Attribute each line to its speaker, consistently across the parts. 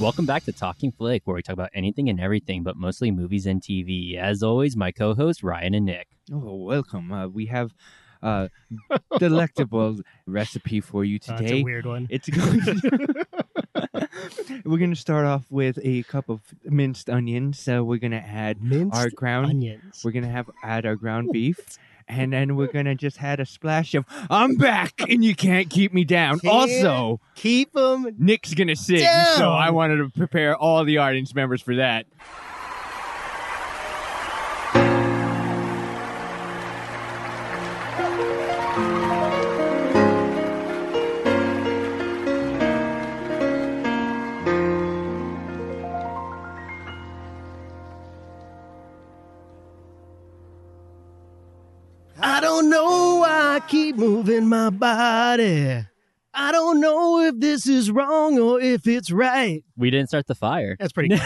Speaker 1: Welcome back to Talking Flick, where we talk about anything and everything, but mostly movies and TV. As always, my co hosts, Ryan and Nick.
Speaker 2: Oh, welcome. Uh, we have a delectable recipe for you
Speaker 3: That's Oh, a
Speaker 2: today.
Speaker 3: weird one.
Speaker 2: it's going We're going to start off with a cup of minced onions. So we're going to add
Speaker 3: Minced
Speaker 2: our ground
Speaker 3: onions.
Speaker 2: We're gonna have add our ground beef, and then we're gonna just add a splash of "I'm back and you can't keep me down."
Speaker 3: Can't
Speaker 2: Also,
Speaker 3: Keep them.
Speaker 2: Nick's gonna sing, so
Speaker 3: Down.
Speaker 2: I wanted to prepare all the audience members for that.
Speaker 3: I don't know why I keep moving my body. I don't know if this is wrong or if it's right.
Speaker 1: We didn't start the fire.
Speaker 3: That's pretty good.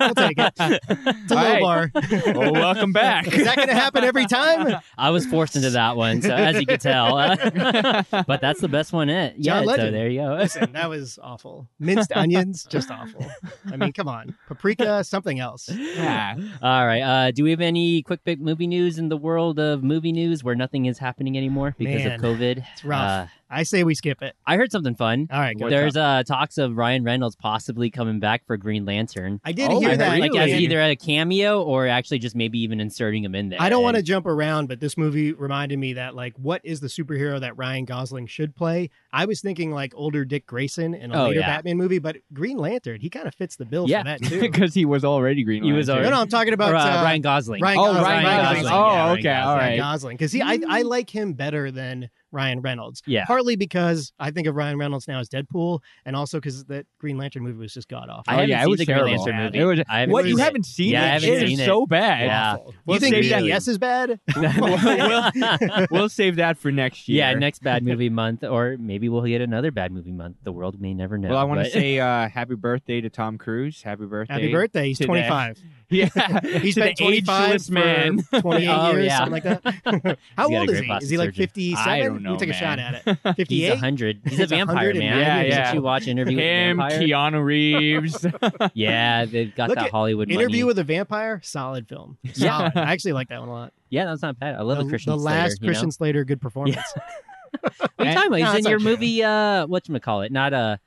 Speaker 3: I'll take it. It's a
Speaker 2: All
Speaker 3: low
Speaker 2: right.
Speaker 3: bar.
Speaker 2: Well, Oh, welcome back.
Speaker 3: Is that going to happen every time?
Speaker 1: I was forced into that one, so as you can tell. but that's the best one, it. Yeah,
Speaker 3: John
Speaker 1: so
Speaker 3: Legend.
Speaker 1: there you go.
Speaker 3: Listen, that was awful. Minced onions, just awful. I mean, come on. Paprika, something else.
Speaker 2: Yeah.
Speaker 1: All right. Uh, do we have any quick big movie news in the world of movie news where nothing is happening anymore because
Speaker 3: Man,
Speaker 1: of COVID?
Speaker 3: It's rough.
Speaker 1: Uh,
Speaker 3: I say we skip it.
Speaker 1: I heard something fun.
Speaker 3: All right, go.
Speaker 1: There's uh, talks of Ryan Reynolds possibly coming back for Green Lantern.
Speaker 3: I did
Speaker 2: Oh,
Speaker 3: hear
Speaker 1: I
Speaker 2: my
Speaker 3: that.
Speaker 1: heard, like as
Speaker 2: really?
Speaker 1: either a cameo or actually just maybe even inserting him in there.
Speaker 3: I don't want to
Speaker 1: And-
Speaker 3: jump around, but this movie reminded me that like, what is the superhero that Ryan Gosling should play? I was thinking like older Dick Grayson in a
Speaker 1: Oh,
Speaker 3: later
Speaker 1: yeah.
Speaker 3: Batman movie, but Green Lantern, he kind of fits the bill
Speaker 1: Yeah.
Speaker 3: for that too.
Speaker 2: Because he was already Green.
Speaker 1: He was
Speaker 2: Lantern.
Speaker 3: no,
Speaker 1: already-
Speaker 3: no, I'm talking about
Speaker 1: or,
Speaker 3: uh,
Speaker 1: uh, Ryan Gosling.
Speaker 3: Ryan
Speaker 2: Oh,
Speaker 3: Gosling.
Speaker 2: Ryan
Speaker 3: Ryan
Speaker 2: Gosling.
Speaker 3: Gosling.
Speaker 2: Oh,
Speaker 1: Yeah, Ryan
Speaker 2: okay,
Speaker 1: Gosling.
Speaker 2: all
Speaker 3: Ryan
Speaker 2: right.
Speaker 3: Gosling, because he, I, I like him better than Ryan Reynolds.
Speaker 1: Mm. Yeah.
Speaker 3: partly because I think of Ryan Reynolds now as Deadpool, and also because that Green Lantern movie was just god awful.
Speaker 1: I
Speaker 2: Oh,
Speaker 1: haven't
Speaker 2: yeah, it
Speaker 1: seen
Speaker 2: was
Speaker 1: the Green
Speaker 2: terrible.
Speaker 1: Lantern movie.
Speaker 2: It was-
Speaker 1: I haven't
Speaker 2: What
Speaker 1: seen
Speaker 2: you
Speaker 1: it.
Speaker 2: haven't seen?
Speaker 1: Yeah, I
Speaker 2: it?
Speaker 1: haven't
Speaker 2: It is
Speaker 1: seen it.
Speaker 2: so bad.
Speaker 1: Yeah.
Speaker 3: you think
Speaker 2: Really?
Speaker 3: that yes is bad?
Speaker 2: we'll, we'll save that for next year.
Speaker 1: Yeah, next bad movie month, or maybe we'll get another bad movie month. The world may never know.
Speaker 2: Well, I want to
Speaker 1: but-
Speaker 2: say uh, happy birthday to Tom Cruise. Happy birthday.
Speaker 3: Happy birthday! He's
Speaker 2: Today.
Speaker 3: 25.
Speaker 2: Yeah,
Speaker 3: He's
Speaker 2: to
Speaker 3: been
Speaker 2: the
Speaker 3: 25
Speaker 2: ageless
Speaker 3: for
Speaker 2: man.
Speaker 3: 28
Speaker 1: Oh,
Speaker 3: years,
Speaker 1: yeah.
Speaker 3: something like that. How
Speaker 1: He's got a
Speaker 3: old is
Speaker 1: great
Speaker 3: he?
Speaker 1: plastic
Speaker 3: Is he like
Speaker 1: surgeon.
Speaker 3: 57?
Speaker 2: I don't know,
Speaker 3: You take a shot
Speaker 2: man.
Speaker 3: at it.
Speaker 1: He's
Speaker 3: 58?
Speaker 1: hundred. He's a
Speaker 3: He's
Speaker 1: vampire
Speaker 3: 100 and
Speaker 1: man.
Speaker 2: Yeah,
Speaker 1: Didn't
Speaker 2: yeah.
Speaker 1: you watch Interview
Speaker 2: Him,
Speaker 1: with the
Speaker 2: Keanu Reeves.
Speaker 1: Vampire? Yeah, they've got
Speaker 3: Look
Speaker 1: that
Speaker 3: at
Speaker 1: Hollywood
Speaker 3: Interview
Speaker 1: money.
Speaker 3: with a Vampire, solid film.
Speaker 1: Yeah.
Speaker 3: Solid. I actually like that one a lot.
Speaker 1: yeah, that's not bad. I love
Speaker 3: the,
Speaker 1: a Christian
Speaker 3: the
Speaker 1: Slater,
Speaker 3: last
Speaker 1: you know?
Speaker 3: Christian Slater, good performance.
Speaker 1: What are you talking about?
Speaker 3: No,
Speaker 1: He's
Speaker 3: it's
Speaker 1: in your
Speaker 3: okay.
Speaker 1: movie. Uh, what you call it? Not uh,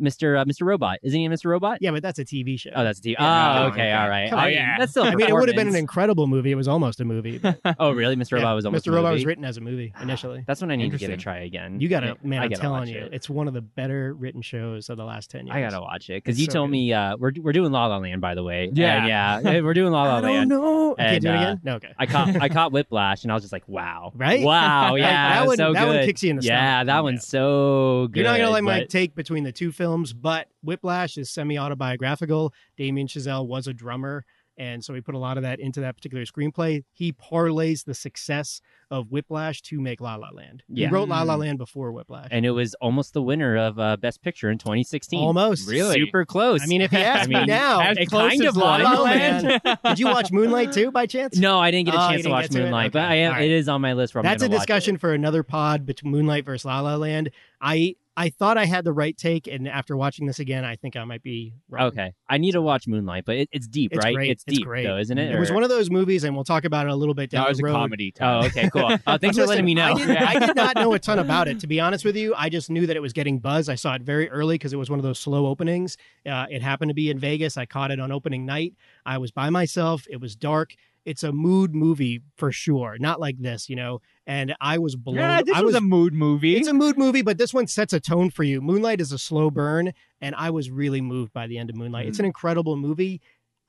Speaker 1: Mr. Uh, Mr. Robot. Isn't he in Mr. Robot?
Speaker 3: Yeah, but that's a TV show.
Speaker 1: Oh, that's a TV.
Speaker 3: Yeah,
Speaker 1: oh,
Speaker 3: no,
Speaker 1: okay,
Speaker 3: no,
Speaker 1: all right.
Speaker 3: come
Speaker 1: I
Speaker 2: on.
Speaker 1: mean,
Speaker 2: Yeah.
Speaker 1: that's still. a
Speaker 3: I mean, it would have been an
Speaker 1: performance.
Speaker 3: incredible movie. It was almost a movie. but-
Speaker 1: Oh, really? Mr.
Speaker 3: Yeah,
Speaker 1: Robot was almost. a
Speaker 3: Mr. Robot was
Speaker 1: movie?
Speaker 3: written as a movie initially.
Speaker 1: That's when I need to give it a
Speaker 2: Interesting.
Speaker 1: try again.
Speaker 3: You gotta,
Speaker 1: I-
Speaker 3: man,
Speaker 1: I
Speaker 3: I'm
Speaker 1: gotta
Speaker 3: telling
Speaker 1: watch
Speaker 3: you,
Speaker 1: it.
Speaker 3: it's one of the better written shows of the last ten years.
Speaker 1: I gotta watch it because
Speaker 3: It's
Speaker 1: you
Speaker 3: so
Speaker 1: told
Speaker 3: good.
Speaker 1: me uh, we're we're doing La La Land, by the way.
Speaker 2: Yeah.
Speaker 1: And, yeah, we're doing La La Land.
Speaker 3: know. You
Speaker 1: And,
Speaker 3: can't do it
Speaker 1: uh,
Speaker 3: again. No, okay.
Speaker 1: I caught I caught Whiplash, and I was just like, wow,
Speaker 3: Right?
Speaker 1: Wow, yeah,
Speaker 3: that
Speaker 1: it was
Speaker 3: one-
Speaker 1: so
Speaker 3: that one
Speaker 1: good.
Speaker 3: kicks you in the
Speaker 1: yeah,
Speaker 3: stomach.
Speaker 1: that
Speaker 3: Yeah.
Speaker 1: one's so good.
Speaker 3: You're not gonna like my
Speaker 1: but-
Speaker 3: take between the two films, but Whiplash is semi-autobiographical. Damien Chazelle was a drummer, and so we put a lot of that into that particular screenplay. He parlays the success of Whiplash to make La La Land.
Speaker 1: Yeah.
Speaker 3: He wrote La La
Speaker 2: Mm.
Speaker 3: Land before Whiplash.
Speaker 1: and it was almost the winner of uh, Best Picture in 2016.
Speaker 3: Almost.
Speaker 2: Really?
Speaker 1: super close.
Speaker 3: I mean, if you ask me
Speaker 1: mean,
Speaker 3: now,
Speaker 2: As
Speaker 1: it
Speaker 2: close
Speaker 1: kind
Speaker 2: as
Speaker 1: of
Speaker 2: La La
Speaker 3: was.
Speaker 2: Land.
Speaker 3: did you watch Moonlight too by chance?
Speaker 1: no, I didn't get a
Speaker 3: Oh, you
Speaker 1: chance to
Speaker 3: didn't
Speaker 1: watch
Speaker 3: get to it?
Speaker 1: Moonlight, but
Speaker 3: Okay.
Speaker 1: I am,
Speaker 3: All right.
Speaker 1: it is on my list. Where I'm
Speaker 3: That's a
Speaker 1: gonna watch it.
Speaker 3: discussion for another pod between Moonlight versus La La Land. I I thought I had the right take, and after watching this again, I think I might be wrong.
Speaker 1: Okay, I need to watch Moonlight, but it, it's deep,
Speaker 3: It's
Speaker 1: right?
Speaker 3: great.
Speaker 1: It's
Speaker 3: It's
Speaker 1: deep,
Speaker 3: great.
Speaker 1: though, isn't it?
Speaker 3: It was
Speaker 1: Or-
Speaker 3: one of those movies, and we'll talk about it a little bit down
Speaker 2: No, it was
Speaker 3: the
Speaker 2: a
Speaker 3: road.
Speaker 2: comedy.
Speaker 1: Oh,
Speaker 2: Time.
Speaker 1: okay, cool. Uh, thanks for
Speaker 3: Listen,
Speaker 1: letting me know.
Speaker 3: I did, I did not know a ton about it, to be honest with you. I just knew that it was getting buzz. I saw it very early because it was one of those slow openings. Uh, it happened to be in Vegas. I caught it on opening night. I was by myself. It was dark. It's a mood movie for sure, not like this, you know. And I was blown.
Speaker 2: Yeah, this
Speaker 3: I
Speaker 2: was,
Speaker 3: was
Speaker 2: a mood movie.
Speaker 3: It's a mood movie, but this one sets a tone for you. Moonlight is a slow burn, and I was really moved by the end of Moonlight.
Speaker 1: Mm.
Speaker 3: It's an incredible movie.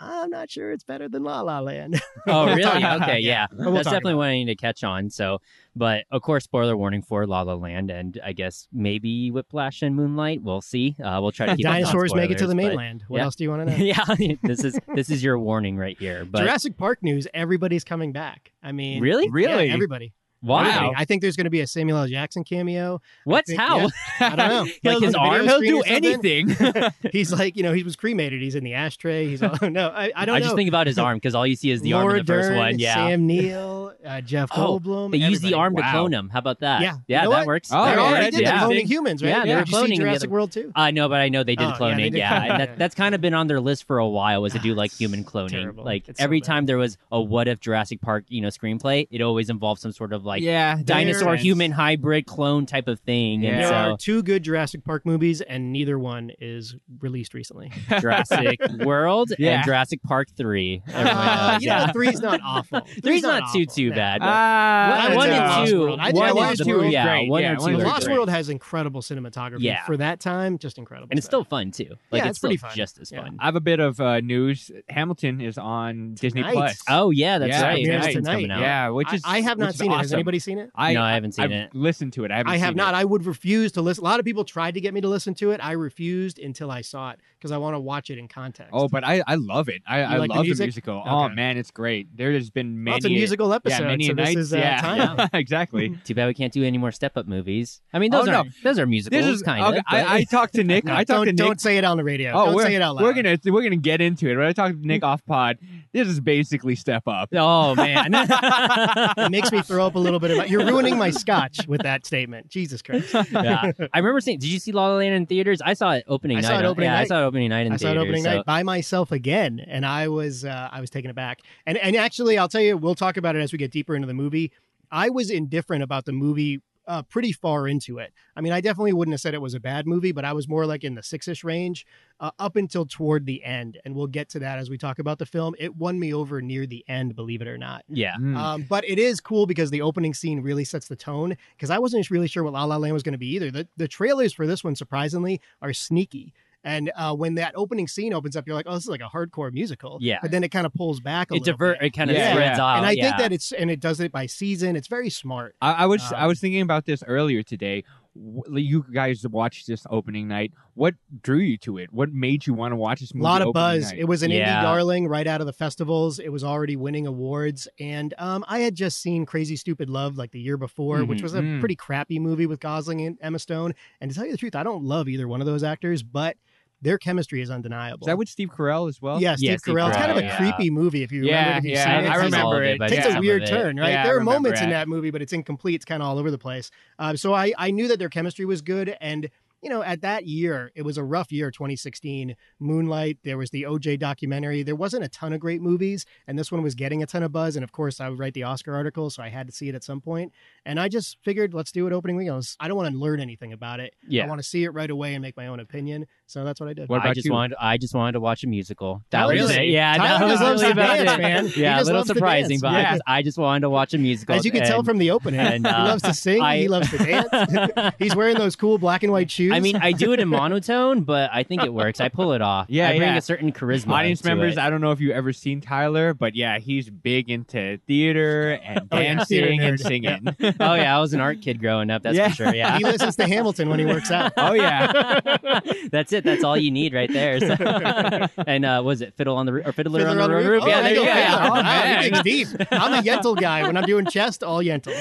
Speaker 3: I'm not sure it's better than La La Land.
Speaker 1: Oh, really? Okay, yeah.
Speaker 3: Yeah. But we'll
Speaker 1: That's
Speaker 3: talk
Speaker 1: definitely
Speaker 3: about
Speaker 1: what I need to catch on. So, but of course, spoiler warning for La La Land, and I guess maybe Whiplash and Moonlight. We'll see. Uh, we'll try to keep up on
Speaker 3: Dinosaurs make it to the
Speaker 1: spoilers,
Speaker 3: mainland. What
Speaker 1: yeah.
Speaker 3: else do you want to
Speaker 1: but-
Speaker 3: know?
Speaker 1: yeah, this is this is your warning right here. But
Speaker 3: Jurassic Park news: everybody's coming back. I mean,
Speaker 1: really,
Speaker 3: yeah,
Speaker 2: really?
Speaker 3: everybody.
Speaker 1: Wow.
Speaker 3: I think there's going to be a Samuel L. Jackson cameo.
Speaker 1: What's
Speaker 3: think-
Speaker 1: how?
Speaker 3: I don't know.
Speaker 1: Like his
Speaker 3: on the
Speaker 1: arm?
Speaker 3: video
Speaker 2: He'll
Speaker 3: screen
Speaker 2: do
Speaker 3: or something.
Speaker 2: anything.
Speaker 3: He's like, you know, he was cremated. He's in the ashtray. He's all, no, I, I don't
Speaker 1: I
Speaker 3: know.
Speaker 1: just think about his arm because all you see is the arm
Speaker 3: Laura
Speaker 1: in the first
Speaker 3: Dern,
Speaker 1: one. Yeah.
Speaker 3: Sam Neill, uh, Jeff
Speaker 1: Oh,
Speaker 3: Goldblum.
Speaker 1: they use the
Speaker 3: everybody.
Speaker 1: arm to
Speaker 2: Wow.
Speaker 1: clone him. How about that?
Speaker 3: Yeah.
Speaker 1: Yeah,
Speaker 3: You know
Speaker 1: that
Speaker 3: what?
Speaker 1: works.
Speaker 2: Oh,
Speaker 3: They
Speaker 1: That
Speaker 2: all
Speaker 3: already
Speaker 2: right,
Speaker 1: works.
Speaker 3: did. They're
Speaker 1: Yeah.
Speaker 2: that.
Speaker 3: cloning humans, right?
Speaker 1: Yeah, they were
Speaker 3: Did you see
Speaker 1: cloning the
Speaker 3: Jurassic
Speaker 1: other-
Speaker 3: World too.
Speaker 1: I know, but I know they did
Speaker 3: Oh, yeah, they
Speaker 1: cloning.
Speaker 3: did
Speaker 1: Yeah,
Speaker 3: cloning.
Speaker 1: and that, that's kind of been on their list for a while. Was to do like
Speaker 3: It's
Speaker 1: human cloning.
Speaker 3: terrible.
Speaker 1: Like
Speaker 3: It's so
Speaker 1: every
Speaker 3: bad.
Speaker 1: time there was a what if Jurassic Park, you know, screenplay, it always involved some sort of like
Speaker 2: yeah,
Speaker 1: dinosaur
Speaker 3: There-
Speaker 1: human hybrid clone type of thing.
Speaker 2: Yeah.
Speaker 3: There are
Speaker 1: And
Speaker 3: two good Jurassic Park movies, and neither one is released recently.
Speaker 1: so Jurassic World
Speaker 2: Yeah.
Speaker 1: and Jurassic Park Three. Everyone
Speaker 3: Uh,
Speaker 1: knows,
Speaker 3: you
Speaker 1: yeah.
Speaker 3: know, three's not awful.
Speaker 1: Three's not too
Speaker 3: awful. Uh,
Speaker 1: too
Speaker 3: No.
Speaker 1: bad. but
Speaker 2: Ah,
Speaker 3: One- one and
Speaker 2: Lost
Speaker 3: two.
Speaker 2: World.
Speaker 3: I think
Speaker 2: one
Speaker 3: Lost
Speaker 2: and
Speaker 3: World
Speaker 2: two.
Speaker 1: is
Speaker 2: Yeah,
Speaker 1: great.
Speaker 2: one
Speaker 1: Yeah,
Speaker 2: and
Speaker 1: one
Speaker 2: two.
Speaker 1: and
Speaker 2: are
Speaker 1: two
Speaker 3: Lost
Speaker 1: great.
Speaker 3: World has incredible cinematography
Speaker 1: Yeah.
Speaker 3: for that time, just incredible.
Speaker 1: and it's
Speaker 3: stuff.
Speaker 1: still fun too. Like
Speaker 3: Yeah,
Speaker 1: it's
Speaker 3: it's
Speaker 1: still
Speaker 3: pretty fun.
Speaker 1: just as
Speaker 3: Yeah.
Speaker 1: fun.
Speaker 2: I have a bit of uh, news. Hamilton is on Disney
Speaker 3: Tonight.
Speaker 2: Plus.
Speaker 1: Oh yeah, that's
Speaker 2: Yeah,
Speaker 1: right.
Speaker 2: tonight.
Speaker 1: Hamilton's coming out.
Speaker 2: yeah, which is
Speaker 3: I, I have
Speaker 2: which
Speaker 3: not
Speaker 2: is
Speaker 3: seen it. Has
Speaker 2: awesome.
Speaker 3: anybody seen it?
Speaker 2: I,
Speaker 1: No, I haven't seen
Speaker 2: I've
Speaker 1: it.
Speaker 2: Listened to it. I haven't.
Speaker 3: I have
Speaker 2: seen
Speaker 3: not.
Speaker 2: It.
Speaker 3: I would refuse to listen. A lot of people tried to get me to listen to it. I refused until I saw it because I want to watch it in context.
Speaker 2: Oh, but I, I love it. I, I
Speaker 3: like the
Speaker 2: love the,
Speaker 3: music?
Speaker 2: musical. Oh
Speaker 3: Okay.
Speaker 2: man, it's great. There has been
Speaker 3: Well,
Speaker 2: many.
Speaker 3: it's a musical
Speaker 2: yeah,
Speaker 3: episode.
Speaker 2: many
Speaker 3: so
Speaker 2: nights.
Speaker 3: This is, uh,
Speaker 2: yeah,
Speaker 3: time.
Speaker 2: exactly.
Speaker 1: Too bad we can't do any more step up movies. I mean, those
Speaker 2: Oh, no.
Speaker 1: are those are musicals,
Speaker 2: This is
Speaker 1: kind
Speaker 2: okay,
Speaker 1: of.
Speaker 2: I, I talked to Nick.
Speaker 3: No,
Speaker 2: I talked
Speaker 3: don't,
Speaker 2: to Nick.
Speaker 3: don't say it on the radio.
Speaker 2: oh,
Speaker 3: don't
Speaker 2: we're,
Speaker 3: say it out loud.
Speaker 2: we're gonna we're gonna get into it. When I talked to Nick off pod, this is basically step up.
Speaker 1: oh man,
Speaker 3: It makes me throw up a little bit. Of my, you're ruining my scotch with that statement. Jesus Christ!
Speaker 1: yeah. I remember seeing. Did you see La La Land in theaters? I saw it opening
Speaker 3: I
Speaker 1: night.
Speaker 3: saw it
Speaker 1: on-
Speaker 3: opening
Speaker 1: yeah, I
Speaker 3: night.
Speaker 1: saw it opening night in
Speaker 3: I saw
Speaker 1: theaters.
Speaker 3: it opening
Speaker 1: so-
Speaker 3: night by myself again, and I was uh, I was taken aback. And and actually, I'll tell you, we'll talk about it as we get deeper into the movie. I was indifferent about the movie uh, pretty far into it. I mean, I definitely wouldn't have said it was a bad movie, but I was more like in the six-ish range uh, up until toward the end, and we'll get to that as we talk about the film. It won me over near the end, believe it or not.
Speaker 1: Yeah.
Speaker 2: Mm.
Speaker 3: Um, but it is cool because the opening scene really sets the tone. Because I wasn't really sure what La La Land was going to be either. The, the trailers for this one, surprisingly, are sneaky. And uh, when that opening scene opens up, you're like, "Oh, this is like a hardcore musical."
Speaker 1: Yeah.
Speaker 3: But then it kind of pulls back a
Speaker 1: It
Speaker 3: little
Speaker 1: divert.
Speaker 3: bit.
Speaker 1: It kind of
Speaker 2: Yeah.
Speaker 1: spreads
Speaker 2: Yeah.
Speaker 1: out.
Speaker 3: and I
Speaker 1: yeah.
Speaker 3: think that it's and it does it by season. It's very smart.
Speaker 2: I, I was I
Speaker 3: Um,
Speaker 2: was thinking about this earlier today. W- You guys watched this opening night. What drew you to it? What made you want to watch this
Speaker 3: A
Speaker 2: movie?
Speaker 3: lot of
Speaker 2: opening
Speaker 3: buzz.
Speaker 2: night?
Speaker 3: It was an
Speaker 1: Yeah.
Speaker 3: indie darling right out of the festivals. It was already winning awards, and um, I had just seen Crazy Stupid Love like the year before, which
Speaker 2: Mhm.
Speaker 3: was a
Speaker 2: Mm.
Speaker 3: pretty crappy movie with Gosling and Emma Stone. And to tell you the truth, I don't love either one of those actors, but their chemistry is undeniable.
Speaker 2: Is that with Steve Carell as well?
Speaker 3: yeah, Steve
Speaker 1: Yeah, Steve
Speaker 3: Carell. It's kind of a
Speaker 1: Carell, yeah.
Speaker 3: creepy movie if you remember.
Speaker 2: yeah,
Speaker 3: it, if you've
Speaker 2: yeah.
Speaker 3: seen it.
Speaker 2: I
Speaker 3: It's-
Speaker 1: I've seen all of
Speaker 2: remember
Speaker 1: it,
Speaker 2: it.
Speaker 1: but
Speaker 3: it takes
Speaker 1: some
Speaker 3: a
Speaker 1: of
Speaker 3: weird
Speaker 1: it.
Speaker 3: turn, right?
Speaker 2: Yeah, I
Speaker 3: there are
Speaker 2: remember
Speaker 3: moments in
Speaker 2: it.
Speaker 3: that movie, but it's incomplete. It's kind of all over the place. Uh, so I, I knew that their chemistry was good. And, you know, at that year, it was a rough year, 2016. Moonlight, there was the OJ documentary. There wasn't a ton of great movies, and this one was getting a ton of buzz. And of course, I would write the Oscar article, so I had to see it at some point. And I just figured, let's do it opening week. I, was, I don't want to learn anything about it. I
Speaker 1: yeah.
Speaker 3: want to see it right away and make my own opinion. So that's what I did.
Speaker 2: What
Speaker 1: I
Speaker 2: about
Speaker 1: just
Speaker 2: you?
Speaker 1: wanted. I just wanted to watch a musical. That
Speaker 3: Tyler
Speaker 1: was
Speaker 3: just-
Speaker 1: it. Yeah.
Speaker 3: Tyler
Speaker 1: that was
Speaker 3: just loves
Speaker 1: really
Speaker 3: to
Speaker 1: about
Speaker 3: dance,
Speaker 1: it.
Speaker 3: man. He
Speaker 1: Yeah. A
Speaker 3: just
Speaker 1: little
Speaker 3: loves to
Speaker 1: surprising,
Speaker 3: dance.
Speaker 1: but I,
Speaker 2: Yeah.
Speaker 1: just, I just wanted to watch a musical.
Speaker 3: As you can tell
Speaker 1: and
Speaker 3: from the opening,
Speaker 1: and, uh,
Speaker 3: he loves to sing.
Speaker 1: I-
Speaker 3: he loves to dance. He's wearing those cool black and white shoes.
Speaker 1: I mean, I do it in monotone, but I think it works. I pull it off.
Speaker 2: Yeah,
Speaker 1: I bring
Speaker 2: yeah.
Speaker 1: a certain charisma.
Speaker 2: Audience
Speaker 1: to
Speaker 2: members,
Speaker 1: it.
Speaker 2: I don't know if you've ever seen Tyler, but yeah, he's big into theater and
Speaker 3: Oh, yeah.
Speaker 2: dancing
Speaker 3: Theater
Speaker 2: and
Speaker 3: nerd.
Speaker 2: singing.
Speaker 1: oh yeah, I was an art kid growing up. That's
Speaker 2: Yeah.
Speaker 1: for sure. Yeah.
Speaker 3: he listens to Hamilton when he works out.
Speaker 2: oh yeah.
Speaker 1: that's it. That's all you need right there. So- and uh, was it fiddle on the roof or fiddler, on the, roof?
Speaker 3: Oh,
Speaker 1: Yeah,
Speaker 3: I
Speaker 1: there you go.
Speaker 3: know Hamilton.
Speaker 1: Yeah.
Speaker 2: Oh,
Speaker 3: Wow, he
Speaker 2: man.
Speaker 3: digs deep. I'm a Yentl guy. When I'm doing chest, all Yentl.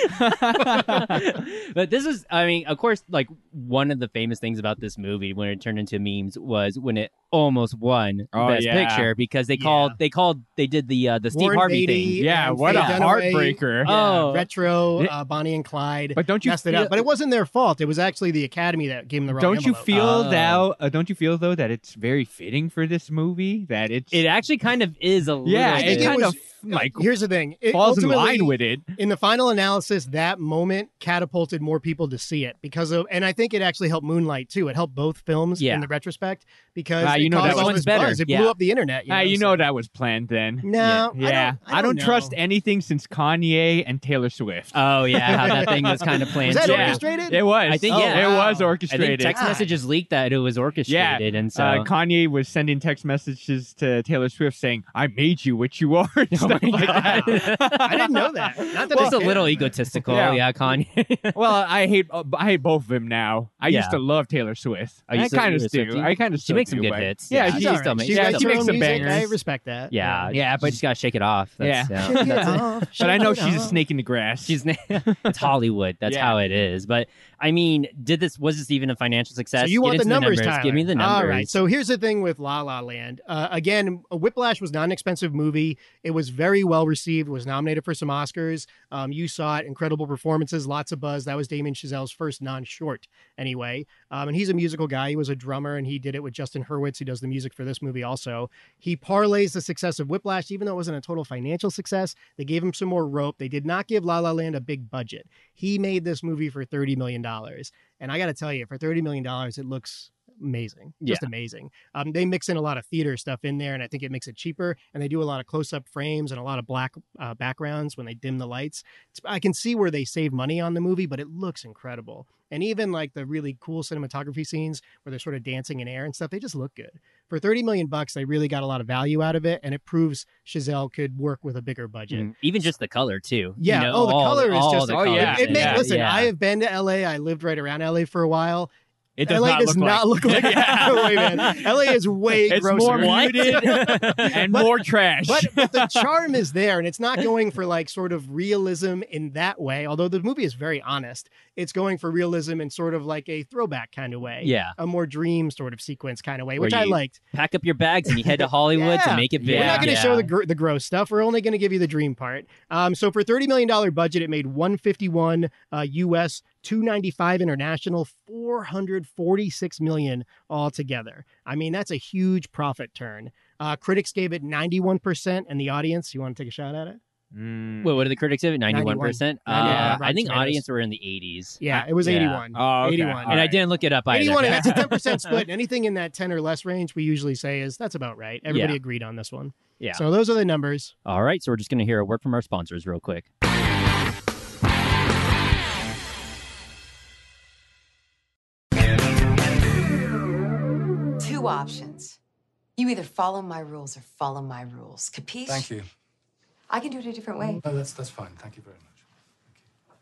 Speaker 1: but this is, I mean, of course, like one of the famous things about this movie when it turned into memes was when it almost won
Speaker 2: Oh,
Speaker 1: Best
Speaker 2: yeah.
Speaker 1: Picture because they called, they called, they did the uh, the Steve
Speaker 3: Warren
Speaker 1: Harvey
Speaker 3: Beatty.
Speaker 1: thing.
Speaker 2: yeah,
Speaker 3: and
Speaker 2: what a
Speaker 3: Faye Dunaway.
Speaker 2: heartbreaker.
Speaker 1: Oh.
Speaker 3: Retro, uh, Bonnie and Clyde
Speaker 2: but don't you
Speaker 3: messed it up.
Speaker 2: feel-
Speaker 3: But it wasn't their fault. It was actually the Academy that gave them the wrong
Speaker 2: don't you
Speaker 3: envelope.
Speaker 2: feel
Speaker 1: Oh.
Speaker 2: thou- uh, don't you feel though that it's very fitting for this movie that it's
Speaker 1: It actually kind of is a
Speaker 2: yeah
Speaker 1: little
Speaker 3: think
Speaker 2: it
Speaker 1: bit-
Speaker 3: it
Speaker 2: kind
Speaker 3: was-
Speaker 2: of like
Speaker 3: Here's the thing. It
Speaker 2: falls in
Speaker 3: ultimately-
Speaker 2: line with it
Speaker 3: in the final analysis, that moment catapulted more people to see it because of, and I think it actually helped Moonlight too. It helped both films
Speaker 1: Yeah.
Speaker 3: in the retrospect because
Speaker 2: Ah, you
Speaker 3: it
Speaker 2: know
Speaker 3: caused
Speaker 2: that
Speaker 3: all
Speaker 1: one's
Speaker 3: this
Speaker 1: better.
Speaker 3: buzz. It
Speaker 1: Yeah.
Speaker 3: blew up the internet.
Speaker 2: Ah, you know that was planned then
Speaker 3: No,
Speaker 2: yeah,
Speaker 3: I don't, I don't, know.
Speaker 2: trust anything since Kanye and Taylor Swift.
Speaker 1: oh yeah, how that thing was kind of planned.
Speaker 3: Was that
Speaker 1: yeah.
Speaker 3: orchestrated?
Speaker 2: it was.
Speaker 1: I think,
Speaker 2: Oh,
Speaker 1: yeah.
Speaker 2: it was
Speaker 1: I
Speaker 3: I think
Speaker 1: think
Speaker 2: orchestrated.
Speaker 1: text
Speaker 3: God.
Speaker 1: messages leaked that it was orchestrated, and so
Speaker 2: uh, Kanye was sending text messages to Taylor Swift saying, "I made you what you are." and stuff like
Speaker 3: God.
Speaker 2: that.
Speaker 3: I didn't know that. Not that I
Speaker 1: just a
Speaker 3: care.
Speaker 1: little egotistical. Yeah,
Speaker 2: Yeah.
Speaker 1: Kanye.
Speaker 2: well, I hate uh, I hate both of them now. I
Speaker 1: Yeah.
Speaker 2: used to love Taylor Swift.
Speaker 1: Oh, you
Speaker 2: I
Speaker 1: still-
Speaker 2: kind
Speaker 1: you're a
Speaker 2: of do.
Speaker 1: Swiftie?
Speaker 2: I kind of
Speaker 1: she makes some good hits.
Speaker 2: Yeah,
Speaker 1: she,
Speaker 2: she's
Speaker 1: still
Speaker 2: all right.
Speaker 1: makes.
Speaker 2: She
Speaker 1: still
Speaker 2: writes- she
Speaker 1: makes-
Speaker 2: makes some
Speaker 3: music. I
Speaker 2: bangers.
Speaker 3: respect that.
Speaker 1: yeah,
Speaker 2: Yeah,
Speaker 1: but
Speaker 2: but-
Speaker 1: she's got to shake it off. That's, yeah,
Speaker 3: Shake it
Speaker 1: that's it.
Speaker 3: off,
Speaker 2: But I
Speaker 3: shake
Speaker 2: know
Speaker 3: it
Speaker 2: she's a
Speaker 3: off.
Speaker 2: snake in the grass.
Speaker 1: She's it's Hollywood. That's
Speaker 2: Yeah.
Speaker 1: how it is. But I mean, did this was this even a financial success?
Speaker 3: So you
Speaker 1: Get
Speaker 3: want
Speaker 1: into
Speaker 3: the numbers, Tyler?
Speaker 1: Give me the numbers.
Speaker 3: All right. So here's the thing with La La Land. Uh, again, Whiplash was not an expensive movie. It was very well received. Was nominated for some Oscars. Um, you saw it. Incredible performances. Lots of buzz. That was Damien Chazelle's first non-short, anyway. Um, and he's a musical guy. He was a drummer, and he did it with Justin Hurwitz, who does the music for this movie also. He parlays the success of Whiplash, even though it wasn't a total financial success. They gave him some more rope. They did not give La La Land a big budget. He made this movie for thirty million dollars. And I got to tell you, for thirty million dollars, it looks amazing, just amazing. Um, they mix in a lot of theater stuff in there, and I think it makes it cheaper. And they do a lot of close-up frames and a lot of black uh, backgrounds when they dim the lights. It's- I can see where they save money on the movie, but it looks incredible. And even like the really cool cinematography scenes where they're sort of dancing in air and stuff, they just look good. For thirty million bucks, they really got a lot of value out of it, and it proves Chazelle could work with a bigger budget.
Speaker 1: Mm. even just the color too.
Speaker 3: Yeah.
Speaker 1: You know,
Speaker 3: oh, the
Speaker 1: all-
Speaker 3: color is
Speaker 1: all
Speaker 3: just.
Speaker 1: the
Speaker 2: oh,
Speaker 1: colors
Speaker 2: yeah,
Speaker 3: It, it
Speaker 1: in
Speaker 3: may-
Speaker 1: it.
Speaker 3: listen,
Speaker 1: Yeah.
Speaker 3: I have been to LA. I lived right around LA for a while.
Speaker 2: it does
Speaker 3: LA
Speaker 2: not
Speaker 3: does
Speaker 2: look
Speaker 3: not
Speaker 2: like.
Speaker 3: look like
Speaker 2: Yeah.
Speaker 3: Hathaway, man. LA is way
Speaker 2: It's
Speaker 3: grosser.
Speaker 2: more muted and
Speaker 3: But-
Speaker 2: more trash.
Speaker 3: but, but the charm is there, and it's not going for like sort of realism in that way. Although the movie is very honest, it's going for realism in sort of like a throwback kind of way,
Speaker 1: Yeah.
Speaker 3: a more dream sort of sequence kind of way,
Speaker 1: Where
Speaker 3: which I
Speaker 1: you-
Speaker 3: liked.
Speaker 1: Pack up your bags and you head to Hollywood
Speaker 3: Yeah.
Speaker 1: to make it big.
Speaker 3: We're not going to
Speaker 1: yeah.
Speaker 3: show the gr- the gross stuff. We're only going to give you the dream part. Um, so for thirty million dollar budget, it made one fifty one uh, U.S. two ninety five international, four hundred forty six million altogether. I mean, that's a huge profit turn. Uh, critics gave it ninety one percent, and the audience. You want to take a shot at it?
Speaker 2: Mm.
Speaker 1: Wait, what did the critics give it? Ninety-one percent. Uh,
Speaker 3: Yeah,
Speaker 1: I
Speaker 3: Rotten
Speaker 1: think
Speaker 3: Tomatoes.
Speaker 1: audience were in the eighties.
Speaker 3: Yeah, Uh, it was
Speaker 1: Yeah.
Speaker 3: eighty one.
Speaker 2: Oh, okay.
Speaker 3: 81.
Speaker 2: All
Speaker 1: and I
Speaker 2: right.
Speaker 1: didn't look it up either.
Speaker 3: 81, and that's a 10% split. And anything in that 10 or less range, we usually say is that's about right. Everybody
Speaker 1: Yeah.
Speaker 3: agreed on this one.
Speaker 1: Yeah.
Speaker 3: So those are the numbers.
Speaker 1: All right, so we're just going to hear a word from our sponsors real quick.
Speaker 4: Two options. You either follow my rules or follow my rules. Capiche?
Speaker 5: Thank you.
Speaker 4: I can do it a different way.
Speaker 5: No, that's that's fine. Thank you very much.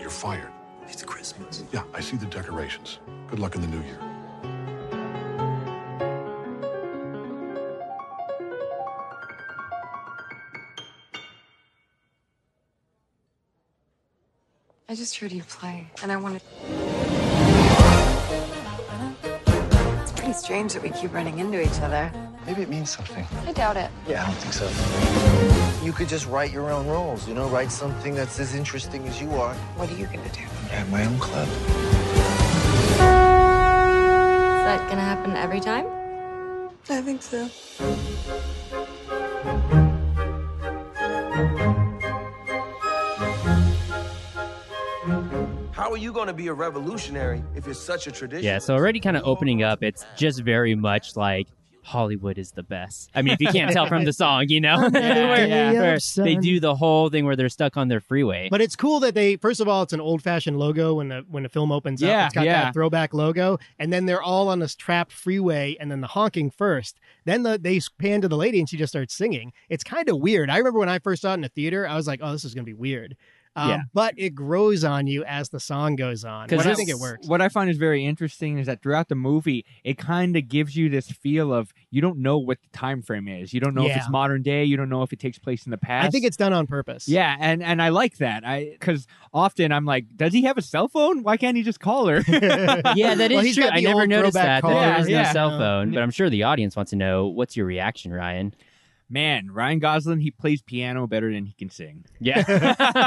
Speaker 6: You're fired. It's Christmas. Yeah, I see the decorations. Good luck in the new year.
Speaker 4: I just heard you play, and I wanted. It's pretty strange that we keep running into each other.
Speaker 7: Maybe it means something.
Speaker 4: I doubt it.
Speaker 7: Yeah, I don't think so. You could just write your own rules, you know, write something that's as interesting as you are.
Speaker 4: What are you gonna do?
Speaker 7: I have my own club.
Speaker 8: Is that gonna happen every time?
Speaker 4: I think so.
Speaker 9: How are you going to be a revolutionary if you're such a tradition?
Speaker 1: Yeah, so already kind of opening up, it's just very much like Hollywood is the best. I mean, if you can't tell from the song, you know, where,
Speaker 3: day of
Speaker 1: where they
Speaker 3: sun.
Speaker 1: do the whole thing where they're stuck on their freeway.
Speaker 3: But it's cool that they first of all, it's an old fashioned logo when the when the film opens up.
Speaker 2: Yeah,
Speaker 3: It's got
Speaker 2: yeah.
Speaker 3: that throwback logo, and then they're all on this trapped freeway, and then the honking first. Then the, they pan to the lady, and she just starts singing. It's kind of weird. I remember when I first saw it in the theater, I was like, "Oh, this is gonna be weird." Um,
Speaker 1: Yeah.
Speaker 3: But it grows on you as the song goes on.
Speaker 1: 'Cause
Speaker 3: But I
Speaker 1: this-
Speaker 3: think it works.
Speaker 2: What I find is very interesting is that throughout the movie, it kind of gives you this feel of you don't know what the time frame is. You don't know if
Speaker 3: Yeah.
Speaker 2: it's modern day. You don't know if it takes place in the past.
Speaker 3: I think it's done on purpose.
Speaker 2: yeah, and and I like that. I because often I'm like, does he have a cell phone? Why can't he just call
Speaker 1: yeah,
Speaker 2: her?
Speaker 1: that is
Speaker 3: uh, Well, he's
Speaker 1: true.
Speaker 3: got
Speaker 1: I
Speaker 3: the
Speaker 1: never
Speaker 3: old
Speaker 1: noticed that.
Speaker 3: throwback
Speaker 1: that there
Speaker 2: cars,
Speaker 1: was no
Speaker 2: yeah.
Speaker 1: cell phone, but I'm sure the audience wants to know what's your reaction, Ryan?
Speaker 2: Man, Ryan Gosling, he plays piano better than he can sing.
Speaker 1: Yeah,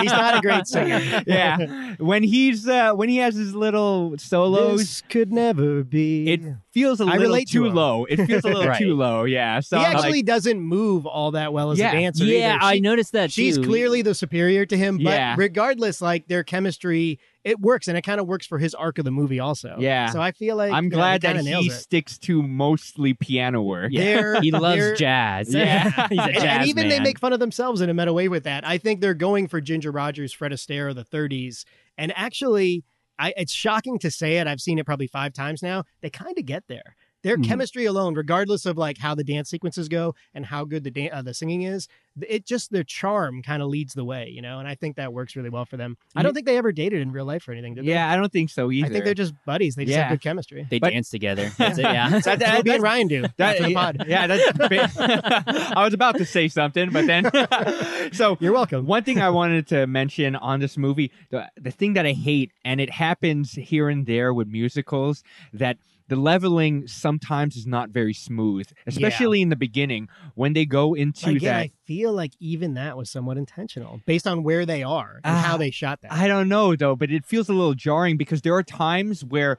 Speaker 3: He's not a great singer.
Speaker 2: yeah, when he's uh, when he has his little solos,
Speaker 3: This could never be.
Speaker 2: it feels a
Speaker 3: I
Speaker 2: little
Speaker 3: relate to
Speaker 2: too
Speaker 3: him.
Speaker 2: low. It feels a little
Speaker 1: Right.
Speaker 2: too low. Yeah. So
Speaker 3: he
Speaker 2: I'm
Speaker 3: actually
Speaker 2: like,
Speaker 3: doesn't move all that well as
Speaker 2: Yeah.
Speaker 3: a dancer.
Speaker 1: yeah,
Speaker 3: either.
Speaker 1: I
Speaker 3: She-
Speaker 1: noticed that.
Speaker 3: She's
Speaker 1: too.
Speaker 3: clearly the superior to him, but
Speaker 2: Yeah.
Speaker 3: regardless, like their chemistry, it works, and it kind of works for his arc of the movie also.
Speaker 2: Yeah.
Speaker 3: So I feel like
Speaker 2: I'm
Speaker 3: you know,
Speaker 2: glad
Speaker 3: he
Speaker 2: that
Speaker 3: kinda
Speaker 2: he
Speaker 3: nails it.
Speaker 2: sticks to mostly piano work.
Speaker 1: Yeah.
Speaker 3: They're-
Speaker 1: He
Speaker 3: they're-
Speaker 1: loves jazz.
Speaker 2: Yeah.
Speaker 1: he's a
Speaker 3: And,
Speaker 1: jazz
Speaker 3: and even they
Speaker 1: man.
Speaker 3: make fun of themselves in a meta way with that. I think they're going for Ginger Rogers, Fred Astaire of the 30s, and actually, I, it's shocking to say it. I've seen it probably five times now. They kind of get there. Their
Speaker 2: Mhm.
Speaker 3: chemistry alone, regardless of like how the dance sequences go and how good the dan- uh, the singing is, th- it just their charm kind of leads the way, you know. And I think that works really well for them. I don't think they ever dated in real life or anything. Did they?
Speaker 2: Yeah, I don't think so either.
Speaker 3: I think they're just buddies. They just
Speaker 2: Yeah.
Speaker 3: have good chemistry.
Speaker 1: They
Speaker 2: but-
Speaker 1: dance together. That's it, yeah.
Speaker 2: That- that-
Speaker 3: Toby
Speaker 2: that's-
Speaker 3: and Ryan do.
Speaker 2: that-
Speaker 3: after the
Speaker 2: yeah,
Speaker 3: pod.
Speaker 2: yeah, that's. ba- I was about to say something, but then so
Speaker 3: You're welcome.
Speaker 2: One thing I wanted to mention on this movie, the the thing that I hate, and it happens here and there with musicals, that the leveling sometimes is not very smooth, especially in the beginning when they go into
Speaker 3: Again,
Speaker 2: that.
Speaker 3: I feel like even that was somewhat intentional based on where they are and
Speaker 2: Ah,
Speaker 3: how they shot that.
Speaker 2: I don't know though, but it feels a little jarring because there are times where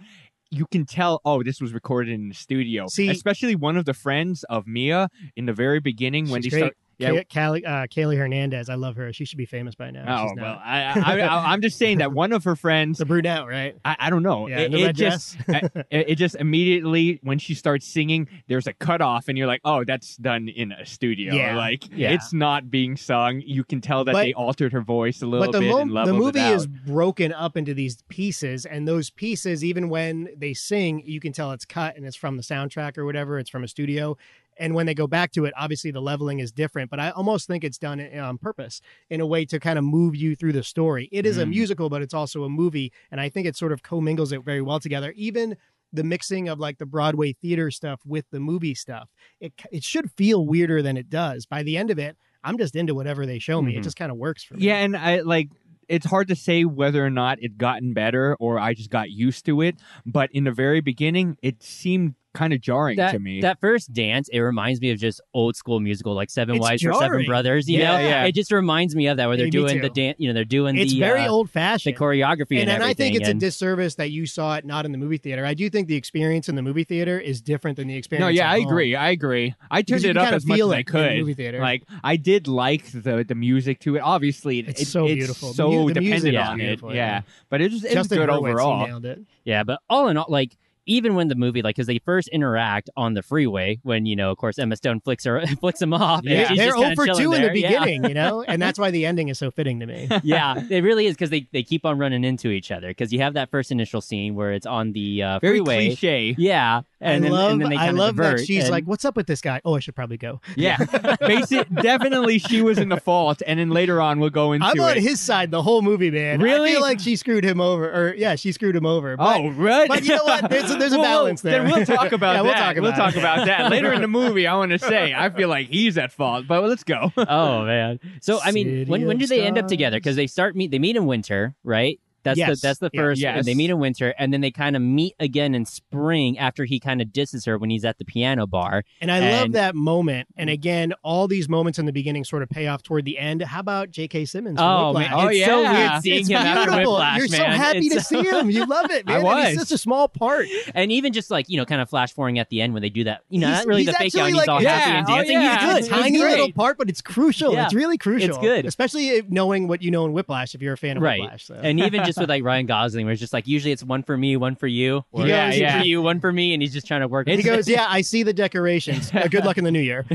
Speaker 2: you can tell, oh, this was recorded in the studio.
Speaker 3: See-
Speaker 2: especially one of the friends of Mia in the very beginning when
Speaker 3: She's
Speaker 2: they
Speaker 3: great.
Speaker 2: start. Yeah,
Speaker 3: Kay- Callie- uh, Kaylee Hernandez, I love her. She should be famous by now.
Speaker 2: oh
Speaker 3: She's not.
Speaker 2: well, I, I, I, I'm just saying that one of her friends.
Speaker 3: the brunette, right?
Speaker 2: I, I don't know.
Speaker 3: Yeah,
Speaker 2: it,
Speaker 3: in the
Speaker 2: it
Speaker 3: red
Speaker 2: just I- it, it just immediately when she starts singing, there's a cutoff, and you're like, oh, that's done in a studio.
Speaker 3: Yeah,
Speaker 2: like
Speaker 1: yeah.
Speaker 2: it's not being sung. You can tell that
Speaker 3: But-
Speaker 2: they altered her voice a little
Speaker 3: But the,
Speaker 2: bit.
Speaker 3: mo-
Speaker 2: and
Speaker 3: the
Speaker 2: leveled it
Speaker 3: movie
Speaker 2: out.
Speaker 3: is broken up into these pieces, and those pieces, even when they sing, you can tell it's cut and it's from the soundtrack or whatever. It's from a studio, and when they go back to it, obviously the leveling is different. But I almost think it's done eh, on purpose in a way to kind of move you through the story. It is a
Speaker 2: Mm.
Speaker 3: musical, but it's also a movie, and I think it sort of commingles it very well together. Even the mixing of like the Broadway theater stuff with the movie stuff, it it should feel weirder than it does. By the end of it, I'm just into whatever they show me.
Speaker 2: Mhm.
Speaker 3: It just kind of works for me.
Speaker 2: Yeah, and I like it's hard to say whether or not it gotten better or I just got used to it. But in the very beginning, it seemed kind of jarring
Speaker 1: that,
Speaker 2: to me.
Speaker 1: that first dance, it reminds me of just old school musical, like Seven
Speaker 3: It's
Speaker 1: Wives or Seven
Speaker 3: jarring.
Speaker 1: Brothers. You
Speaker 2: Yeah,
Speaker 1: know,
Speaker 2: yeah.
Speaker 1: it just reminds me of that where they're
Speaker 3: Hey, me
Speaker 1: doing the
Speaker 3: too.
Speaker 1: dance. You know, they're doing
Speaker 3: it's
Speaker 1: the
Speaker 3: very
Speaker 1: uh,
Speaker 3: old
Speaker 1: the
Speaker 3: fashioned.
Speaker 1: choreography
Speaker 3: and,
Speaker 1: and,
Speaker 3: and I think
Speaker 1: everything,
Speaker 3: it's a
Speaker 1: and-
Speaker 3: disservice that you saw it not in the movie theater. I do think the experience in the movie theater is different than the experience.
Speaker 2: no, yeah,
Speaker 3: at
Speaker 2: I
Speaker 3: home.
Speaker 2: agree. I agree. I
Speaker 3: Because
Speaker 2: turned
Speaker 3: you
Speaker 2: it
Speaker 3: can
Speaker 2: up
Speaker 3: kinda
Speaker 2: as much
Speaker 3: feel
Speaker 2: as
Speaker 3: it
Speaker 2: I
Speaker 3: in the
Speaker 2: could.
Speaker 3: movie theater.
Speaker 2: Like I did like the the music to it. Obviously, it-
Speaker 3: It's
Speaker 2: it-
Speaker 3: so beautiful. The
Speaker 2: so
Speaker 3: mu- the music
Speaker 2: dependent
Speaker 3: is
Speaker 2: on it.
Speaker 3: beautiful,
Speaker 2: Yeah.
Speaker 3: yeah.
Speaker 2: but it just it was
Speaker 3: Justin
Speaker 2: good
Speaker 3: Hurwitz, he
Speaker 2: overall.
Speaker 3: nailed it.
Speaker 1: Yeah, but all in all, like even when the movie, like, because they first interact on the freeway, when you know, of course, Emma Stone flicks her flicks him off. and
Speaker 2: Yeah.
Speaker 1: she's
Speaker 3: they're
Speaker 1: just kinda
Speaker 3: over
Speaker 1: chilling
Speaker 3: two in the
Speaker 1: there. Yeah.
Speaker 3: beginning, you know, and that's why the ending is so fitting to me.
Speaker 1: yeah, it really is because they, they keep on running into each other because you have that first initial scene where it's on the uh,
Speaker 2: Very
Speaker 1: freeway.
Speaker 2: cliche.
Speaker 1: Yeah, and
Speaker 3: I
Speaker 1: then,
Speaker 3: love,
Speaker 1: and then they
Speaker 3: I
Speaker 1: kinda
Speaker 3: love that
Speaker 1: divert,
Speaker 3: she's
Speaker 1: and-
Speaker 3: like, "What's up with this guy?" Oh, I should probably go.
Speaker 2: Yeah, Basi- definitely she was in the fault, and then later on we'll go into
Speaker 3: I'm on
Speaker 2: it.
Speaker 3: his side the whole movie, man. I
Speaker 2: Really?
Speaker 3: feel like she screwed him over, or yeah, she screwed him over. But
Speaker 2: oh, right.
Speaker 3: but you know what? There's a- there's a
Speaker 2: Well, well,
Speaker 3: balance there.
Speaker 2: Then we'll talk about
Speaker 3: Yeah,
Speaker 2: that.
Speaker 3: we'll talk about it.
Speaker 2: that later in the movie. I want to say I feel like he's at fault, but let's go.
Speaker 1: oh man. So I mean,
Speaker 3: City
Speaker 1: when when
Speaker 3: of
Speaker 1: do they end up together?
Speaker 3: stars.
Speaker 1: Because they start meet they meet in winter, right? That's
Speaker 3: Yes.
Speaker 1: the that's the
Speaker 3: Yeah.
Speaker 1: first.
Speaker 2: Yes.
Speaker 1: They meet in winter, and then they kind of meet again in spring after he kind of disses her when he's at the piano bar.
Speaker 3: And I love
Speaker 1: And-
Speaker 3: that moment. And again, all these moments in the beginning sort of pay off toward the end. How about J.K. Simmons? from
Speaker 1: Oh
Speaker 3: Whiplash?
Speaker 1: man, it's
Speaker 2: Oh,
Speaker 1: so
Speaker 2: yeah.
Speaker 1: weird seeing
Speaker 3: It's
Speaker 1: him after
Speaker 3: beautiful.
Speaker 1: Whiplash.
Speaker 3: You're so
Speaker 1: man.
Speaker 3: happy to
Speaker 1: It's-
Speaker 3: see him. You love it,
Speaker 2: I
Speaker 3: man. And he's
Speaker 2: was.
Speaker 3: such a small part.
Speaker 1: and even just like you know, kind of flash forwarding at the end when they do that, you know,
Speaker 3: He's-
Speaker 1: not really
Speaker 3: he's
Speaker 1: the fake
Speaker 3: actually,
Speaker 1: out. and
Speaker 3: like,
Speaker 1: He's all happy
Speaker 2: yeah,
Speaker 1: and
Speaker 2: oh,
Speaker 1: dancing.
Speaker 2: yeah.
Speaker 1: He's good.
Speaker 2: It's
Speaker 1: He's
Speaker 3: Tiny
Speaker 1: great.
Speaker 3: little part, but it's crucial.
Speaker 1: Yeah.
Speaker 3: It's really crucial.
Speaker 1: good.
Speaker 3: especially if knowing what you know in Whiplash. If you're a fan of
Speaker 1: Right.
Speaker 3: Whiplash, so.
Speaker 1: And even just with like Ryan Gosling, where it's just like usually it's one for me, one for you, or
Speaker 2: Yeah,
Speaker 1: two
Speaker 2: yeah.
Speaker 1: for you, one for me, and he's just trying to work.
Speaker 3: he
Speaker 1: with
Speaker 3: goes, "Yeah, I see the decorations. Uh, good luck in the new year."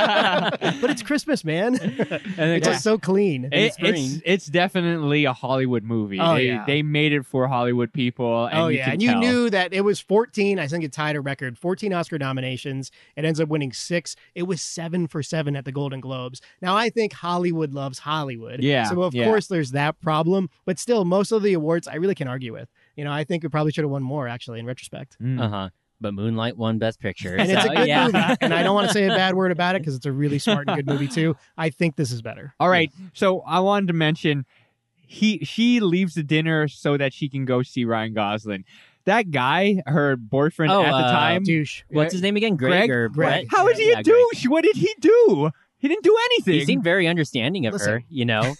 Speaker 3: but it's Christmas, man.
Speaker 1: it. And of
Speaker 3: It's
Speaker 1: course,
Speaker 3: just so clean.
Speaker 1: in
Speaker 2: It- it's
Speaker 1: spring.
Speaker 2: it's definitely a Hollywood movie.
Speaker 3: Oh,
Speaker 2: they,
Speaker 3: yeah.
Speaker 2: they made it for Hollywood people. And
Speaker 3: oh
Speaker 2: you
Speaker 3: yeah,
Speaker 2: can
Speaker 3: and you
Speaker 2: tell.
Speaker 3: knew that it was 14. I think it tied a record, 14 Oscar nominations. It ends up winning six. It was seven for seven at the Golden Globes. Now I think Hollywood loves Hollywood.
Speaker 2: Yeah,
Speaker 3: So of
Speaker 2: yeah.
Speaker 3: course there's that problem, but still, most of the awards I really can argue with. You know, I think we probably should have won more actually in retrospect.
Speaker 2: Mm.
Speaker 1: uh huh. But Moonlight won Best Picture,
Speaker 3: And Hmm. it's
Speaker 2: Uh,
Speaker 1: so,
Speaker 3: a good
Speaker 1: yeah.
Speaker 3: movie, and I don't want to say a bad word about it because it's a really smart and good movie too. I think this is better.
Speaker 2: All right, so I wanted to mention he she leaves the dinner so that she can go see Ryan Gosling. That guy, her boyfriend
Speaker 1: Oh,
Speaker 2: at the
Speaker 1: uh,
Speaker 2: time.
Speaker 3: Douche.
Speaker 1: What's his name again? Greg,
Speaker 2: Greg?
Speaker 1: or
Speaker 3: Greg.
Speaker 1: Brett?
Speaker 2: How is he
Speaker 1: Yeah,
Speaker 2: a
Speaker 1: Greg.
Speaker 2: douche? What did he do? He didn't do anything.
Speaker 1: He seemed very understanding of
Speaker 3: Listen.
Speaker 1: her, you know.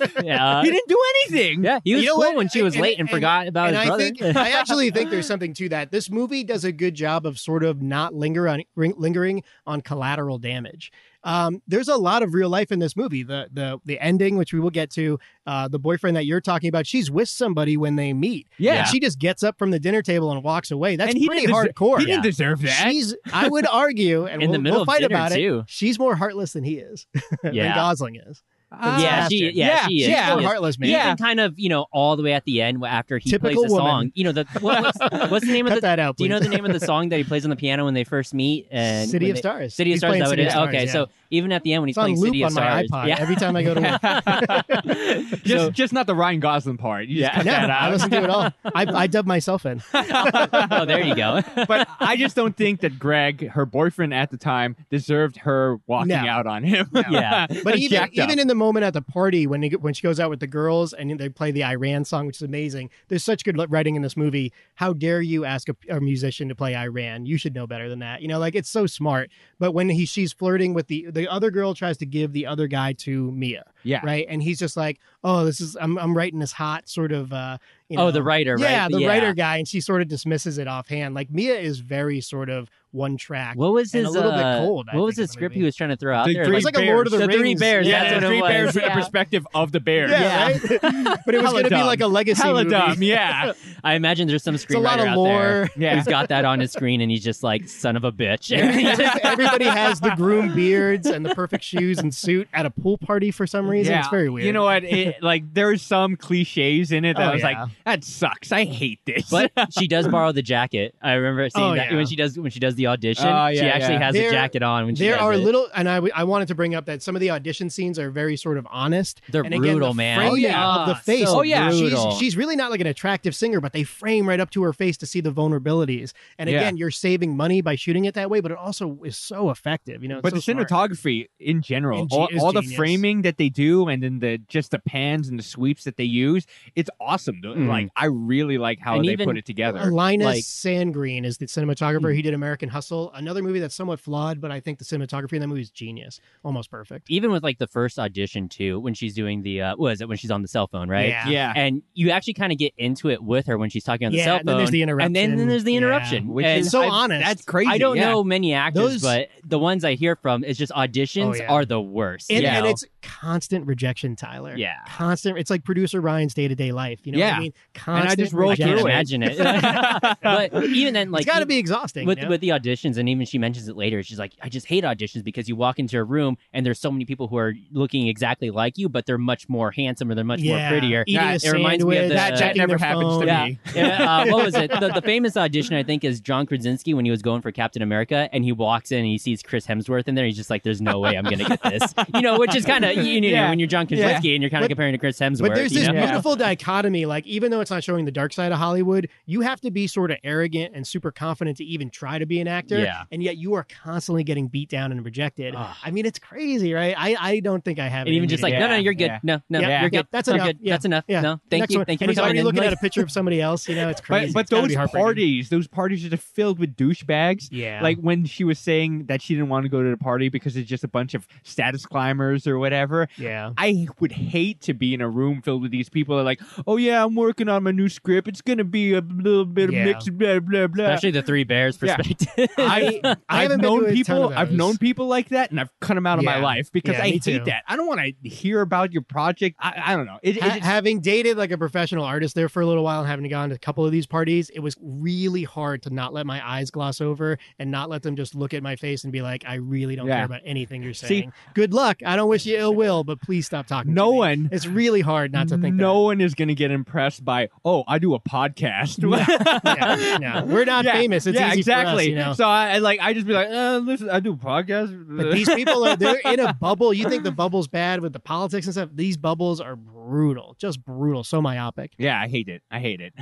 Speaker 3: Uh,
Speaker 1: yeah,
Speaker 2: He didn't do anything.
Speaker 1: yeah, he was
Speaker 3: You know
Speaker 1: cool
Speaker 3: what?
Speaker 1: when she was
Speaker 3: And-
Speaker 1: late and,
Speaker 3: and-
Speaker 1: forgot about
Speaker 3: and
Speaker 1: his
Speaker 3: I
Speaker 1: brother.
Speaker 3: think I actually think there's something to that. This movie does a good job of sort of not linger on ring- lingering on collateral damage. Um, there's a lot of real life in this movie. The the the ending, which we will get to, uh, the boyfriend that you're talking about, she's with somebody when they meet.
Speaker 2: Yeah.
Speaker 3: And she just gets up from the dinner table and walks away. That's
Speaker 2: and he
Speaker 3: pretty
Speaker 2: didn't deser-
Speaker 3: hardcore.
Speaker 2: He didn't deserve that.
Speaker 3: She's, I would argue, and
Speaker 1: In the
Speaker 3: we'll,
Speaker 1: middle
Speaker 3: we'll
Speaker 1: of
Speaker 3: fight
Speaker 1: dinner,
Speaker 3: about
Speaker 1: too.
Speaker 3: it. She's more heartless than he is, than
Speaker 1: Yeah.
Speaker 3: Gosling is.
Speaker 1: yeah,
Speaker 3: bastard.
Speaker 1: she, yeah,
Speaker 2: Yeah,
Speaker 1: she is.
Speaker 2: yeah.
Speaker 1: She
Speaker 3: More
Speaker 1: is.
Speaker 3: heartless, man.
Speaker 1: Even kind of, you know, all the way at the end after he
Speaker 3: Typical
Speaker 1: plays the
Speaker 3: woman.
Speaker 1: song. You know, the what, what's, what's the name of
Speaker 3: Cut
Speaker 1: the?
Speaker 3: that out.
Speaker 1: Do you know
Speaker 3: please.
Speaker 1: the name of the song that he plays on the piano when they first meet? And
Speaker 3: City
Speaker 1: when
Speaker 3: of
Speaker 1: they-
Speaker 3: Stars?
Speaker 1: City of
Speaker 3: He's
Speaker 1: Stars.
Speaker 3: playing
Speaker 1: Is that what
Speaker 3: City
Speaker 1: it
Speaker 3: of
Speaker 1: is?
Speaker 3: Stars,
Speaker 1: okay,
Speaker 3: yeah.
Speaker 1: so even at the end when he's
Speaker 3: it's on
Speaker 1: playing
Speaker 3: loop
Speaker 1: City of
Speaker 3: on my
Speaker 1: Stars,
Speaker 3: iPod
Speaker 1: yeah,
Speaker 3: every time I go to work.
Speaker 2: just, just not the Ryan Gosling part. You
Speaker 1: Yeah.
Speaker 2: just cut
Speaker 3: No,
Speaker 2: that
Speaker 3: I
Speaker 2: out.
Speaker 3: listen to it all. I, I dub myself in.
Speaker 1: oh, there you go.
Speaker 2: but I just don't think that Greg, her boyfriend at the time, deserved her walking
Speaker 3: No.
Speaker 2: out on him.
Speaker 1: Yeah.
Speaker 3: But
Speaker 2: That's
Speaker 3: even
Speaker 2: jacked up.
Speaker 3: even in the moment at the party when he, when she goes out with the girls and they play the Iran song, which is amazing. There's such good writing in this movie. How dare you ask a, a musician to play Iran? You should know better than that. You know, like it's so smart. But when he she's flirting with the the other girl, tries to give the other guy to Mia,
Speaker 2: yeah.
Speaker 3: right? And he's just like, oh, this is I'm I'm writing this hot sort of. uh you know,
Speaker 1: Oh, the writer, right?
Speaker 3: Yeah, the writer guy, and she sort of dismisses it offhand. Like Mia is very sort of one track.
Speaker 1: What was
Speaker 3: and
Speaker 1: his
Speaker 3: a little bit
Speaker 1: uh,
Speaker 3: cold, I
Speaker 1: What was
Speaker 3: think, in
Speaker 1: his
Speaker 3: the
Speaker 1: script
Speaker 3: movie.
Speaker 1: he was trying to throw out
Speaker 2: The
Speaker 1: there?
Speaker 2: Three
Speaker 3: It's like a Lord of the,
Speaker 1: the
Speaker 3: Rings.
Speaker 1: Three Bears.
Speaker 2: Yeah,
Speaker 1: that's what
Speaker 2: the
Speaker 1: it
Speaker 2: three
Speaker 1: was.
Speaker 2: bears from
Speaker 8: yeah.
Speaker 2: the perspective of the bears.
Speaker 3: Yeah, right? but it
Speaker 2: Hella
Speaker 3: was going to be
Speaker 2: dumb.
Speaker 3: like a legacy
Speaker 2: Hella
Speaker 3: movie.
Speaker 2: dumb. Yeah.
Speaker 1: I imagine there's some
Speaker 3: a lot
Speaker 1: screenwriter
Speaker 3: of
Speaker 1: out there
Speaker 3: lore.
Speaker 2: Yeah.
Speaker 1: who's got that on his screen, and he's just like, "Son of a bitch."
Speaker 3: Every- Everybody has the groom beards and the perfect shoes and suit at a pool party for some reason. It's very weird.
Speaker 2: You know what? It, like there's some cliches in it that
Speaker 3: Oh,
Speaker 2: I was
Speaker 3: yeah.
Speaker 2: like, that sucks. I hate this.
Speaker 1: But she does borrow the jacket. I remember seeing
Speaker 3: Oh,
Speaker 1: that
Speaker 3: yeah.
Speaker 1: when she does when she does the audition.
Speaker 2: Oh, yeah,
Speaker 1: she actually
Speaker 2: yeah.
Speaker 1: has
Speaker 3: There-
Speaker 1: the jacket on when she
Speaker 3: there
Speaker 1: does
Speaker 3: are
Speaker 1: it.
Speaker 3: little, and I, w- I wanted to bring up that some of the audition scenes are very sort of honest.
Speaker 1: They're
Speaker 3: and again,
Speaker 1: brutal,
Speaker 3: the
Speaker 1: man.
Speaker 3: framing
Speaker 2: Oh, yeah.
Speaker 3: of the face.
Speaker 1: So
Speaker 2: Oh, yeah.
Speaker 1: brutal.
Speaker 3: she's, she's really not like an attractive singer, but they frame right up to her face to see the vulnerabilities. And
Speaker 2: Yeah.
Speaker 3: again, you're saving money by shooting it that way, but it also is so effective. You know, it's
Speaker 2: but
Speaker 3: so
Speaker 2: the
Speaker 3: smart.
Speaker 2: cinematography in general,
Speaker 3: In ge-
Speaker 2: all,
Speaker 3: is
Speaker 2: all the
Speaker 3: genius.
Speaker 2: framing that they do, and then the just the pans and the sweeps that they use, it's awesome.
Speaker 1: Mhm.
Speaker 2: Like I really like how
Speaker 1: And
Speaker 2: they
Speaker 1: even-
Speaker 2: put it
Speaker 3: Uh,
Speaker 2: together.
Speaker 3: Linus
Speaker 1: Like-
Speaker 3: Sandgreen is the cinematographer. He did American Hustle, another movie that's somewhat flawed, but I think the cinematography in that movie is genius, almost perfect.
Speaker 1: Even with like the first audition too, when she's doing the uh, what is it when she's on the cell phone, right?
Speaker 3: Yeah.
Speaker 2: Yeah.
Speaker 1: And you actually kind of get into it with her when she's talking on the
Speaker 3: Yeah,
Speaker 1: cell phone.
Speaker 3: and then there's the
Speaker 1: And then, then there's the
Speaker 3: interruption.
Speaker 1: interruption.
Speaker 3: Yeah.
Speaker 2: Which
Speaker 1: And
Speaker 3: It's so
Speaker 2: I-
Speaker 3: honest.
Speaker 2: That's crazy.
Speaker 1: I don't
Speaker 2: yeah.
Speaker 1: know many actors,
Speaker 3: Those-
Speaker 1: but the ones I hear from is just auditions
Speaker 3: Oh, yeah.
Speaker 1: are the worst.
Speaker 3: And,
Speaker 1: you
Speaker 3: and
Speaker 1: know?
Speaker 3: it's constant rejection, Tyler.
Speaker 1: Yeah.
Speaker 3: Constant. It's like producer Ryan's day to day life. You know what
Speaker 2: Yeah.
Speaker 3: I mean?
Speaker 2: I
Speaker 3: Constant.
Speaker 2: just roll
Speaker 1: I
Speaker 2: through
Speaker 1: can't
Speaker 2: it.
Speaker 1: imagine it. but even then, like
Speaker 3: it's got to
Speaker 1: even-
Speaker 3: be exhausting.
Speaker 1: with
Speaker 3: you know?
Speaker 1: with the auditions, and even she mentions it later. She's like, I just hate auditions because you walk into a room and there's so many people who are looking exactly like you, but they're much more handsome or they're much more
Speaker 3: Yeah.
Speaker 1: prettier.
Speaker 3: Eating
Speaker 2: Nah,
Speaker 3: a
Speaker 2: it
Speaker 1: reminds me of
Speaker 3: sandwich,
Speaker 1: the- That- that
Speaker 3: checking
Speaker 2: never
Speaker 3: their
Speaker 2: happens to
Speaker 3: phone.
Speaker 2: me.
Speaker 1: Yeah. Yeah, uh, what was it? The, the famous audition, I think, is John Krasinski when he was going for Captain America, and he walks in and he sees Chris Hemsworth in there. He's just like, "There's no way I'm going to get this," you know, which is kind of you, know
Speaker 2: Yeah.
Speaker 1: when you're John Krasinski and you're kind of
Speaker 3: But-
Speaker 1: comparing to Chris Hemsworth.
Speaker 3: But there's
Speaker 1: you
Speaker 3: this
Speaker 1: know?
Speaker 2: Yeah.
Speaker 3: beautiful dichotomy. Like, even though it's not showing the dark side of Hollywood, you have to be sort of arrogant and super confident to even try to be an actor.
Speaker 1: Yeah.
Speaker 3: And yet you are constantly getting beat down and rejected.
Speaker 1: Ugh.
Speaker 3: I mean, it's crazy, right? I, I don't think I have
Speaker 1: and
Speaker 3: it in
Speaker 1: even
Speaker 3: me
Speaker 1: just
Speaker 3: to
Speaker 1: like,
Speaker 3: do
Speaker 1: "No,
Speaker 3: that.
Speaker 1: no, you're good.
Speaker 2: Yeah.
Speaker 1: No, no,
Speaker 3: Yeah.
Speaker 1: you're
Speaker 3: Yeah,
Speaker 1: good.
Speaker 3: that's
Speaker 1: You're
Speaker 3: enough.
Speaker 1: good.
Speaker 3: Yeah.
Speaker 1: That's enough.
Speaker 3: Yeah.
Speaker 1: No, thank
Speaker 3: Next
Speaker 1: you,
Speaker 3: one.
Speaker 1: thank you
Speaker 3: and
Speaker 1: for
Speaker 3: he's
Speaker 1: coming
Speaker 3: already
Speaker 1: in.
Speaker 3: looking at
Speaker 1: Like-
Speaker 3: a picture of somebody else. You know, it's
Speaker 2: But,
Speaker 3: crazy.
Speaker 2: but
Speaker 3: It's gotta
Speaker 2: those
Speaker 3: be heartbreaking.
Speaker 2: parties, those parties are just filled with douchebags.
Speaker 3: Yeah.
Speaker 2: Like when she was saying that she didn't want to go to the party because it's just a bunch of status climbers or whatever.
Speaker 3: yeah.
Speaker 2: I would hate to be in a room filled with these people that are like, oh yeah, I'm working on my new script. It's gonna be a little bit
Speaker 3: Yeah.
Speaker 2: of mix, blah blah blah.
Speaker 1: Especially the three bears
Speaker 2: Yeah.
Speaker 1: perspective.
Speaker 2: I,
Speaker 3: I
Speaker 2: I've
Speaker 3: haven't been
Speaker 2: known
Speaker 3: to a ton
Speaker 2: people.
Speaker 3: of
Speaker 2: I've
Speaker 3: those.
Speaker 2: known people like that, and I've cut them out of my
Speaker 3: Yeah.
Speaker 2: life because
Speaker 3: Yeah,
Speaker 2: I
Speaker 3: me
Speaker 2: hate
Speaker 3: too.
Speaker 2: that. I don't want to hear about your project. I, I don't know. It, it,
Speaker 3: Ha-
Speaker 2: it's-
Speaker 3: having dated like a professional artist there for a little while and having gone to a couple of these parties, it was really hard to not let my eyes gloss over and not let them just look at my face and be like, I really don't
Speaker 2: Yeah.
Speaker 3: care about anything you're
Speaker 2: See-
Speaker 3: saying. Good luck. I don't wish you ill will, but please stop talking.
Speaker 2: no
Speaker 3: to me."
Speaker 2: one
Speaker 3: It's really hard not to think
Speaker 2: no one is going to get impressed by oh i do a podcast
Speaker 3: that. Yeah, no, we're not
Speaker 2: Yeah,
Speaker 3: famous. It's
Speaker 2: yeah,
Speaker 3: easy for us,
Speaker 2: exactly
Speaker 3: you know?
Speaker 2: so I, I like i just be like uh, listen i do a podcast
Speaker 3: But these people are they're in a bubble. You think the bubble's bad with the politics and stuff. These bubbles are brutal, just brutal, so myopic.
Speaker 2: yeah i hate it i hate it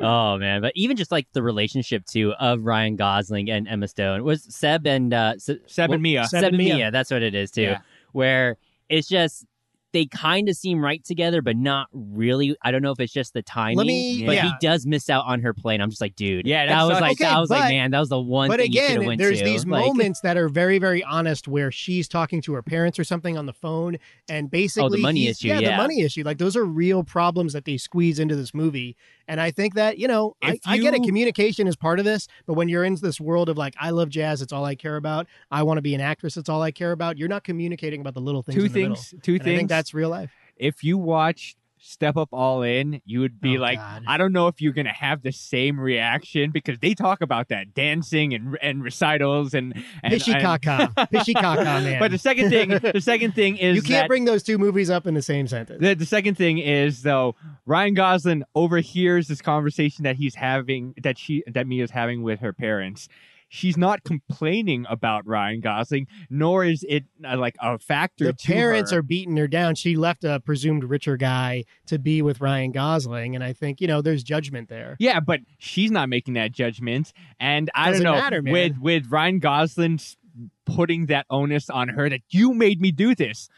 Speaker 1: oh man, but even just like the relationship too of Ryan Gosling and Emma Stone was Seb and uh, Se-
Speaker 2: seb
Speaker 1: what-
Speaker 2: and mia
Speaker 1: Seb and Mia. That's what it is too.
Speaker 2: Yeah.
Speaker 1: Where it's just they kind of seem right together, but not really. I don't know if it's just the timing.
Speaker 3: me-
Speaker 1: but he
Speaker 3: yeah.
Speaker 1: does miss out on her play, and I'm just like, dude,
Speaker 2: Yeah, that
Speaker 1: that, was
Speaker 2: sucks.
Speaker 1: like,
Speaker 3: Okay,
Speaker 1: that was
Speaker 3: but-
Speaker 1: like, man, that was the one.
Speaker 3: But
Speaker 1: thing you
Speaker 3: again,
Speaker 1: should've went
Speaker 3: there's
Speaker 1: to.
Speaker 3: these
Speaker 1: Like,
Speaker 3: moments that are very, very honest where she's talking to her parents or something on the phone, and basically,
Speaker 1: money
Speaker 3: he's-
Speaker 1: issue,
Speaker 3: Yeah, the
Speaker 1: yeah.
Speaker 3: money issue. Like those are real problems that they squeeze into this movie, and I think that you know, I,
Speaker 2: If
Speaker 3: I get it.
Speaker 2: you-
Speaker 3: Communication is part of this, but when you're in this world of like, I love jazz, it's all I care about. I want to be an actress, it's all I care about. You're not communicating about the little things.
Speaker 2: two
Speaker 3: in the middle.
Speaker 2: things. Two
Speaker 3: And I
Speaker 2: things.
Speaker 3: think that's real life.
Speaker 2: if you watched Step Up All In, you would be
Speaker 3: Oh,
Speaker 2: like,
Speaker 3: God.
Speaker 2: I don't know if you're gonna have the same reaction because they talk about that dancing and and recitals and and,
Speaker 3: Pishy
Speaker 2: and-
Speaker 3: caca, pishy caca, man.
Speaker 2: But the second thing, the second thing is
Speaker 3: you can't
Speaker 2: that
Speaker 3: bring those two movies up in the same sentence.
Speaker 2: the, the second thing is though Ryan Gosling overhears this conversation that he's having that she that Mia's having with her parents. She's not complaining about Ryan Gosling, nor is it uh, like a factor.
Speaker 3: the
Speaker 2: to
Speaker 3: parents
Speaker 2: her.
Speaker 3: are beating her down. She left a presumed richer guy to be with Ryan Gosling, and I think you know there's judgment there.
Speaker 2: Yeah, but she's not making that judgment, and I
Speaker 3: Doesn't
Speaker 2: don't know
Speaker 3: matter, man.
Speaker 2: with with Ryan Gosling s- putting that onus on her that you made me do this.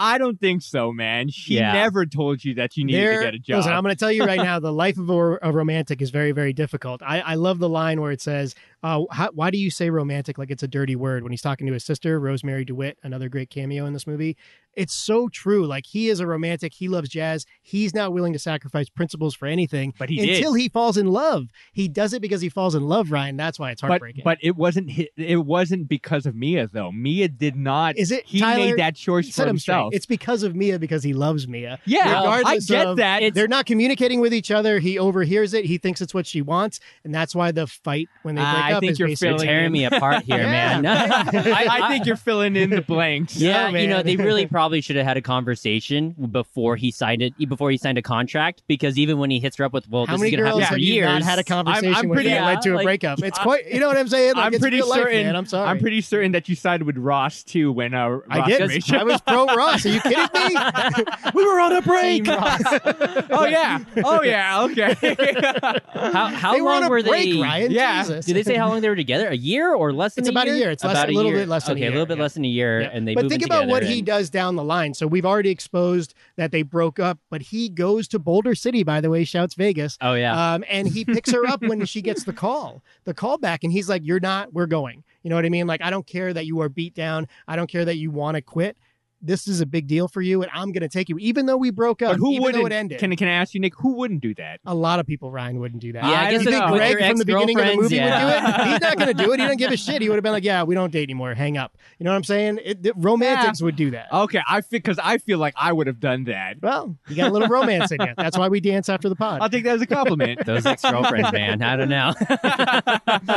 Speaker 2: I don't think so, man. She
Speaker 1: Yeah.
Speaker 2: never told you that you needed
Speaker 3: There-
Speaker 2: to get a job.
Speaker 3: Listen, I'm going to tell you right now, the life of a, a romantic is very, very difficult. I, I love the line where it says, uh, how, "Why do you say romantic like it's a dirty word?" When he's talking to his sister, Rosemary DeWitt, another great cameo in this movie. It's so true. Like he is a romantic. He loves jazz. He's not willing to sacrifice principles for anything.
Speaker 2: But he did.
Speaker 3: until he falls in love, he does it because he falls in love, Ryan. That's why it's
Speaker 2: but
Speaker 3: heartbreaking.
Speaker 2: but it wasn't hi- it wasn't because of Mia though. Mia did not.
Speaker 3: Is it-
Speaker 2: he
Speaker 3: Tyler,
Speaker 2: made that choice for
Speaker 3: set him straight.
Speaker 2: himself?
Speaker 3: It's because of Mia because he loves Mia.
Speaker 2: yeah, I
Speaker 3: regardless
Speaker 2: get
Speaker 3: of-
Speaker 2: that.
Speaker 3: They're not communicating with each other. He overhears it. He thinks it's what she wants, and that's why the fight when they break
Speaker 2: I
Speaker 3: up
Speaker 2: think
Speaker 3: is
Speaker 2: you're
Speaker 1: You're
Speaker 3: basically
Speaker 2: filling
Speaker 1: tearing me apart here,
Speaker 3: Yeah,
Speaker 1: man.
Speaker 2: I, I think you're filling in the blanks.
Speaker 1: Yeah,
Speaker 3: No,
Speaker 1: you know
Speaker 3: man.
Speaker 1: they really probably should have had a conversation before he signed it. Before he signed a contract, because even when he hits her up with, "Well,
Speaker 3: How
Speaker 1: this
Speaker 3: many
Speaker 1: is gonna
Speaker 3: girls
Speaker 1: happen
Speaker 3: have
Speaker 1: for
Speaker 3: you
Speaker 1: years,"
Speaker 3: not had a conversation
Speaker 2: I'm
Speaker 3: with
Speaker 2: pretty-
Speaker 3: that led to a
Speaker 1: yeah, like,
Speaker 3: breaking breakup? It's quite, you know what I'm saying? Like,
Speaker 2: I'm
Speaker 3: it's
Speaker 2: pretty
Speaker 3: real life,
Speaker 2: certain.
Speaker 3: man. I'm sorry.
Speaker 2: I'm pretty certain that you sided with Ross too when uh, Ross
Speaker 3: I did.
Speaker 2: Rachel.
Speaker 3: I was pro Ross. Are you kidding me? we were on a break.
Speaker 2: oh yeah. Oh yeah. Okay.
Speaker 1: how how
Speaker 3: they were
Speaker 1: long
Speaker 3: on a
Speaker 1: were
Speaker 3: break,
Speaker 1: they?
Speaker 3: Ryan.
Speaker 2: Yeah.
Speaker 3: Jesus.
Speaker 1: Did they say how long they were together? A year or less than
Speaker 3: It's
Speaker 1: a
Speaker 3: about a
Speaker 1: year?
Speaker 3: year. It's less-
Speaker 1: About
Speaker 3: a little
Speaker 1: year.
Speaker 3: bit less than a
Speaker 1: okay, a
Speaker 3: year,
Speaker 1: little bit
Speaker 3: yeah.
Speaker 1: less than a year,
Speaker 3: Yeah.
Speaker 1: and they.
Speaker 3: but
Speaker 1: move in
Speaker 3: think about what
Speaker 1: together
Speaker 3: he
Speaker 1: and-
Speaker 3: does down the line. So we've already exposed that they broke up, but he goes to Boulder City, by the way, shouts Vegas.
Speaker 1: Oh yeah,
Speaker 3: Um, and he picks her up when she gets the call, the call back, and he's like, "You're not. We're going." You know what I mean? Like, I don't care that you are beat down. I don't care that you want to quit. This is a big deal for you, and I'm going to take you, even though we broke up.
Speaker 2: but who
Speaker 3: even
Speaker 2: wouldn't?
Speaker 3: Though it ended.
Speaker 2: Can can I ask you, Nick? Who wouldn't do that?
Speaker 3: a lot of people, Ryan, wouldn't do that.
Speaker 1: yeah.
Speaker 2: I
Speaker 1: I guess
Speaker 2: don't
Speaker 1: it's
Speaker 2: know.
Speaker 1: with
Speaker 3: Greg
Speaker 1: your
Speaker 3: from the beginning of the
Speaker 1: ex-girlfriends,
Speaker 3: movie
Speaker 1: yeah.
Speaker 3: would do it. He's not going to do it. He doesn't give a shit. He would have been like, "Yeah, we don't date anymore. Hang up." You know what I'm saying? It, the romantics would do
Speaker 1: Oh.
Speaker 3: that.
Speaker 2: Okay, I feel because I feel like I would have done that.
Speaker 3: Well, you got a little romance in you. That's why we dance after the pod.
Speaker 2: I'll take that as a compliment.
Speaker 1: Those ex girlfriends, man. I don't know.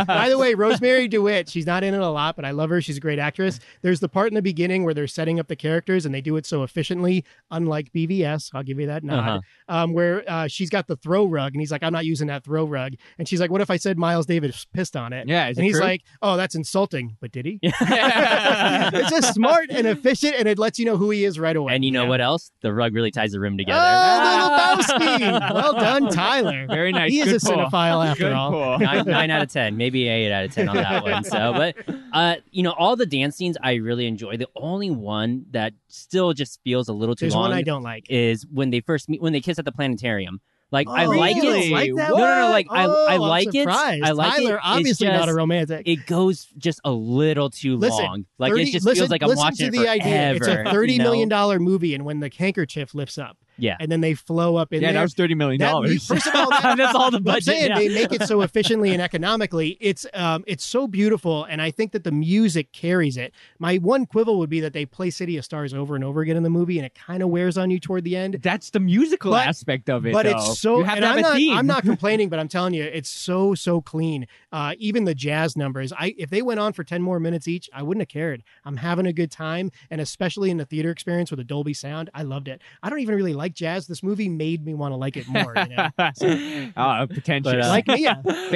Speaker 3: By the way, Rosemary DeWitt, she's not in it a lot, but I love her. She's a great actress. There's the part in the beginning where they're setting up the characters and they do it so efficiently, unlike BVS. I'll give you that nod.
Speaker 1: Uh-huh.
Speaker 3: Um, where uh, she's got the throw rug and he's like, I'm not using that throw rug. And she's like, What if I said Miles Davis pissed on it?
Speaker 2: Yeah, is
Speaker 3: And
Speaker 2: it
Speaker 3: he's
Speaker 2: true?
Speaker 3: like, Oh, that's insulting. But did he? it's just smart and efficient and it lets you know who he is right away.
Speaker 1: and you know
Speaker 3: Yeah.
Speaker 1: what else? The rug really ties the room
Speaker 3: Oh,
Speaker 1: together. Ah!
Speaker 3: the Oh, Lebowski! well done, Tyler.
Speaker 2: Very nice.
Speaker 3: He
Speaker 2: Good
Speaker 3: is a
Speaker 2: pull.
Speaker 3: cinephile after
Speaker 2: Good
Speaker 3: all.
Speaker 2: pull.
Speaker 1: nine, nine out of ten, maybe eight out of ten on that one. So, but uh, you know, all the dance scenes I really enjoy. The only one that still just feels a little too
Speaker 3: There's
Speaker 1: long
Speaker 3: one I don't like.
Speaker 1: is when they first meet, when they kiss at the planetarium. Like I
Speaker 2: Oh,
Speaker 1: like
Speaker 2: really?
Speaker 1: it.
Speaker 2: Like that
Speaker 1: no, no, no.
Speaker 3: one?
Speaker 1: Like I,
Speaker 3: Oh,
Speaker 1: I
Speaker 3: I'm
Speaker 1: like it.
Speaker 3: surprised.
Speaker 1: I like
Speaker 3: Tyler,
Speaker 1: it. It's
Speaker 3: obviously not a
Speaker 1: just-
Speaker 3: romantic.
Speaker 1: It goes just a little too
Speaker 3: Listen,
Speaker 1: long. Like
Speaker 3: 30
Speaker 1: it just
Speaker 3: listen-
Speaker 1: feels like I'm
Speaker 3: listen
Speaker 1: watching
Speaker 3: to
Speaker 1: it
Speaker 3: the idea. It's a
Speaker 1: forever,
Speaker 3: thirty
Speaker 1: you know?
Speaker 3: million dollar movie, and when the handkerchief lifts up,
Speaker 1: Yeah.
Speaker 3: and then they flow up in
Speaker 2: yeah, that
Speaker 3: there.
Speaker 2: was thirty million
Speaker 3: that- you-
Speaker 2: dollars.
Speaker 3: first of all, that,
Speaker 1: That's all the
Speaker 3: I'm
Speaker 1: budget.
Speaker 3: saying
Speaker 1: yeah.
Speaker 3: they make it so efficiently and economically. It's um, it's so beautiful, and I think that the music carries it. My one quibble would be that they play City of Stars over and over again in the movie, and it kind of wears on you toward the end.
Speaker 2: That's the musical
Speaker 3: But-
Speaker 2: aspect of it.
Speaker 3: But
Speaker 2: though.
Speaker 3: it's so.
Speaker 2: You have
Speaker 3: and
Speaker 2: to have
Speaker 3: I'm
Speaker 2: a
Speaker 3: not,
Speaker 2: theme.
Speaker 3: I'm not complaining, but I'm telling you, it's so so clean. Uh, even the jazz numbers. I if they went on for ten more minutes each, I wouldn't have cared. I'm having a good time, and especially in the theater experience with a Dolby sound, I loved it. I don't even really like jazz. This movie made me want to like it more. You know?
Speaker 2: uh, pretentious.
Speaker 1: But, uh,
Speaker 3: like me,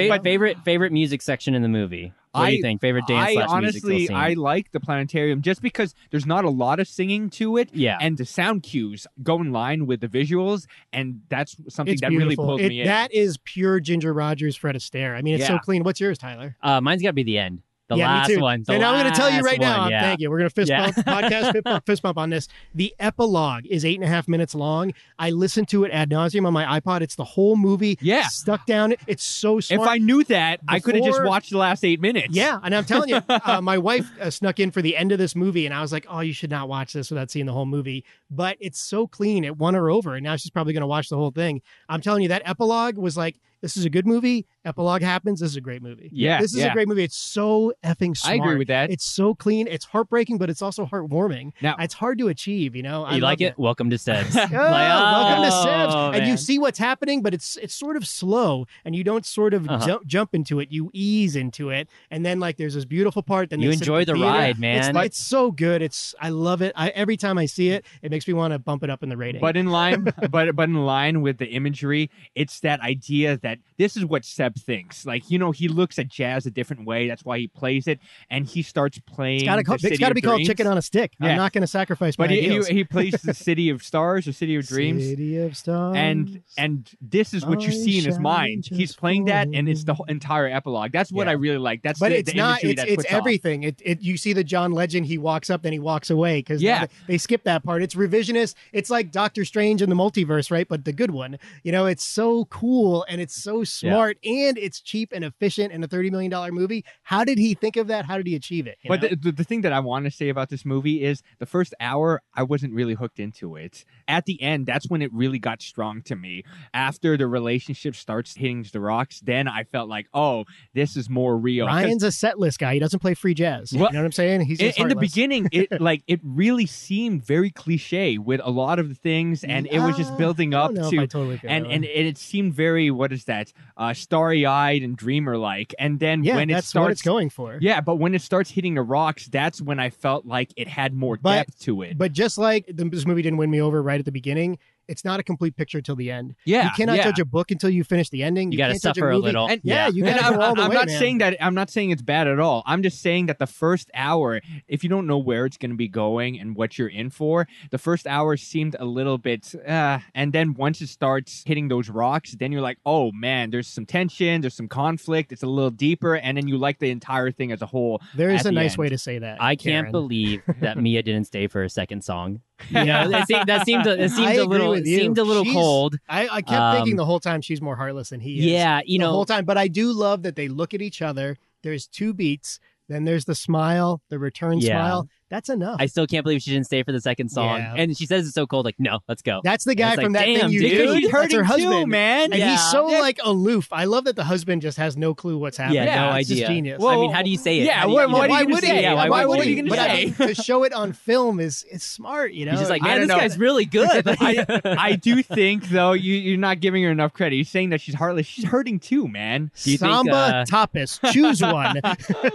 Speaker 1: Fa- favorite favorite music section in the movie. What do
Speaker 2: I-
Speaker 1: you think? Favorite dance
Speaker 2: I
Speaker 1: slash
Speaker 2: honestly,
Speaker 1: musical scene?
Speaker 2: I like the planetarium just because there's not a lot of singing to it.
Speaker 1: yeah.
Speaker 2: and the sound cues go in line with the visuals, and that's something
Speaker 3: it's
Speaker 2: that really
Speaker 3: beautiful.
Speaker 2: pulled
Speaker 3: It-
Speaker 2: me in.
Speaker 3: That is pure Ginger Rogers, Fred Astaire. I mean, it's so
Speaker 2: Yeah.
Speaker 3: clean. What's yours, Tyler?
Speaker 1: Uh, mine's got to be the end. The
Speaker 3: yeah,
Speaker 1: last
Speaker 3: me too.
Speaker 1: one. The
Speaker 3: and I'm going to tell you
Speaker 1: last
Speaker 3: right now. uh,
Speaker 1: one, yeah.
Speaker 3: Thank you. We're going to fist
Speaker 1: Yeah.
Speaker 3: bump podcast fist bump, fist bump on this. The epilogue is eight and a half minutes long. I listened to it ad nauseum on my iPod. It's the whole movie.
Speaker 2: Yeah.
Speaker 3: stuck down. It's so smart.
Speaker 2: If I knew that, I could have just
Speaker 3: Before-
Speaker 2: watched the last eight minutes.
Speaker 3: Yeah, and I'm telling you, uh, my wife uh, snuck in for the end of this movie, and I was like, "Oh, you should not watch this without seeing the whole movie." But it's so clean; it won her over, and now she's probably going to watch the whole thing. I'm telling you, that epilogue was like, "This is a good movie." Epilogue happens. This is a great movie.
Speaker 2: Yeah,
Speaker 3: this is
Speaker 2: yeah.
Speaker 3: a great movie. It's so effing
Speaker 2: I
Speaker 3: smart.
Speaker 2: agree with that.
Speaker 3: It's so clean. It's heartbreaking, but it's also heartwarming.
Speaker 2: Now-
Speaker 3: it's hard to achieve. You know, I
Speaker 1: You like
Speaker 3: loved
Speaker 1: it? Welcome to Sebs. Like,
Speaker 3: Oh, welcome to Sibs.
Speaker 1: oh,
Speaker 3: and you
Speaker 1: man.
Speaker 3: see what's happening, but it's it's sort of slow, and you don't sort of
Speaker 1: Uh-huh.
Speaker 3: jump jump into it. You ease into it, and then like there's this beautiful part. Then
Speaker 1: You
Speaker 3: they sit at
Speaker 1: enjoy the
Speaker 3: theater.
Speaker 1: ride,
Speaker 3: It's,
Speaker 1: man.
Speaker 3: like- it's so good. It's I love it. I, every time I see it, it makes me want to bump it up in the rating.
Speaker 2: But in line, but but in line with the imagery, it's that idea that this is what Seb thinks. Like you know, he looks at jazz a different way. That's why he plays it, and he starts playing.
Speaker 3: it's gotta
Speaker 2: the
Speaker 3: call, it's
Speaker 2: City
Speaker 3: gotta
Speaker 2: of
Speaker 3: be called
Speaker 2: Dreams.
Speaker 3: Chicken on a Stick.
Speaker 2: Yeah.
Speaker 3: I'm not gonna sacrifice
Speaker 2: But
Speaker 3: my
Speaker 2: he, he
Speaker 3: ideals.
Speaker 2: he plays the City of Stars or City of Dreams.
Speaker 3: City of Stars.
Speaker 2: and and this is what you
Speaker 3: I
Speaker 2: see in his
Speaker 3: shall
Speaker 2: mind. He's
Speaker 3: just
Speaker 2: playing that, and it's the
Speaker 3: follow.
Speaker 2: whole entire epilogue. That's what
Speaker 1: Yeah.
Speaker 2: I really like. That's
Speaker 3: but
Speaker 2: the,
Speaker 3: it's
Speaker 2: the
Speaker 3: not.
Speaker 2: imagery
Speaker 3: It's,
Speaker 2: that
Speaker 3: it's
Speaker 2: puts off.
Speaker 3: everything. It, it you see the John Legend. He walks up, then he walks away because
Speaker 2: Yeah.
Speaker 3: they, they skip that part. It's revisionist. It's like Doctor Strange in the multiverse, right? But the good one. You know, it's so cool and it's so smart and it's cheap and efficient in a thirty million dollar movie. How did he think of that? How did he achieve it? you
Speaker 2: But
Speaker 3: know?
Speaker 2: the, the, the thing that I want to say about this movie is the first hour, I wasn't really hooked into it. At the end, that's when it really got strong to me. After the relationship starts hitting the rocks, then I felt like, oh, this is more real. 'Cause
Speaker 3: Ryan's a set list guy. He doesn't play free jazz.
Speaker 2: Well,
Speaker 3: you know what I'm saying? He's
Speaker 2: in,
Speaker 3: just
Speaker 2: in the
Speaker 3: heartless.
Speaker 2: beginning, it like it really seemed very cliche with a lot of the things, and it was just
Speaker 3: Ah,
Speaker 2: building
Speaker 3: I
Speaker 2: up
Speaker 3: don't know if
Speaker 2: to
Speaker 3: I totally feel
Speaker 2: and
Speaker 3: that way.
Speaker 2: and and it seemed very what is that uh, starry-eyed and dreamer-like and then
Speaker 3: yeah,
Speaker 2: when it
Speaker 3: that's
Speaker 2: starts
Speaker 3: what it's going for.
Speaker 2: yeah but when it starts hitting the rocks that's when i felt like it had more
Speaker 3: But-
Speaker 2: depth to it
Speaker 3: But just like the, this movie didn't win me over right at the beginning, it's not a complete picture till the end.
Speaker 2: yeah
Speaker 3: you cannot
Speaker 2: yeah.
Speaker 3: judge a book until you finish the ending.
Speaker 1: You gotta
Speaker 3: can't judge
Speaker 1: suffer a
Speaker 3: movie.
Speaker 1: little.
Speaker 2: And-
Speaker 3: yeah, you
Speaker 2: And
Speaker 3: gotta
Speaker 2: I'm,
Speaker 3: go all the
Speaker 2: I'm
Speaker 3: way,
Speaker 2: not
Speaker 3: man.
Speaker 2: saying that I'm not saying it's bad at all. I'm just saying that the first hour, if you don't know where it's going to be going and what you're in for, the first hour seemed a little bit. Uh, and then once it starts hitting those rocks, then you're like, oh man, there's some tension, there's some conflict. It's a little deeper, and then you like the entire thing as a whole.
Speaker 3: there is
Speaker 2: at
Speaker 3: a
Speaker 2: the
Speaker 3: nice
Speaker 2: end.
Speaker 3: way to say that.
Speaker 1: I can't
Speaker 3: Karen.
Speaker 1: believe that Mia didn't stay for a second song. You know, that seemed that seemed a, it
Speaker 3: I
Speaker 1: seemed a
Speaker 3: agree
Speaker 1: little it
Speaker 3: with you.
Speaker 1: seemed a little
Speaker 3: She's-
Speaker 1: cold.
Speaker 3: I, I kept
Speaker 1: Um,
Speaker 3: thinking the whole time she's more heartless than he is.
Speaker 1: Yeah, you
Speaker 3: the
Speaker 1: know,
Speaker 3: whole time. But I do love that they look at each other. There's two beats. Then there's the smile, the return
Speaker 1: Yeah.
Speaker 3: smile. That's enough.
Speaker 1: I still can't believe she didn't stay for the second song.
Speaker 3: Yeah.
Speaker 1: And she says it's so cold. Like, no, let's go.
Speaker 3: That's the guy
Speaker 1: It's
Speaker 3: from
Speaker 1: like,
Speaker 3: that
Speaker 1: damn,
Speaker 3: thing you
Speaker 1: dude.
Speaker 3: do.
Speaker 1: He's
Speaker 3: That's her husband,
Speaker 2: man.
Speaker 3: and he's so
Speaker 2: Yeah.
Speaker 3: like aloof. I love that the husband just has no clue what's happening.
Speaker 1: yeah, no
Speaker 3: It's
Speaker 1: idea.
Speaker 3: Just genius.
Speaker 1: I
Speaker 2: Well,
Speaker 1: mean, how do you say it?
Speaker 2: yeah,
Speaker 1: How do you-
Speaker 2: what-
Speaker 1: you know,
Speaker 2: what are
Speaker 3: why
Speaker 2: you gonna
Speaker 3: would
Speaker 2: say?
Speaker 3: he?
Speaker 1: Yeah, why,
Speaker 2: Why
Speaker 1: would
Speaker 2: what are
Speaker 1: he?
Speaker 2: you gonna
Speaker 3: But I
Speaker 2: say?
Speaker 3: think to show it on film is is smart. You know,
Speaker 1: He's just like,
Speaker 2: I
Speaker 1: man,
Speaker 2: don't
Speaker 1: this
Speaker 2: know.
Speaker 1: guy's really good.
Speaker 2: I, I do think though you you're not giving her enough credit. You're saying that she's heartless. She's hurting too, man.
Speaker 1: Do you think,
Speaker 3: Samba
Speaker 1: uh,
Speaker 3: tapas. Choose one.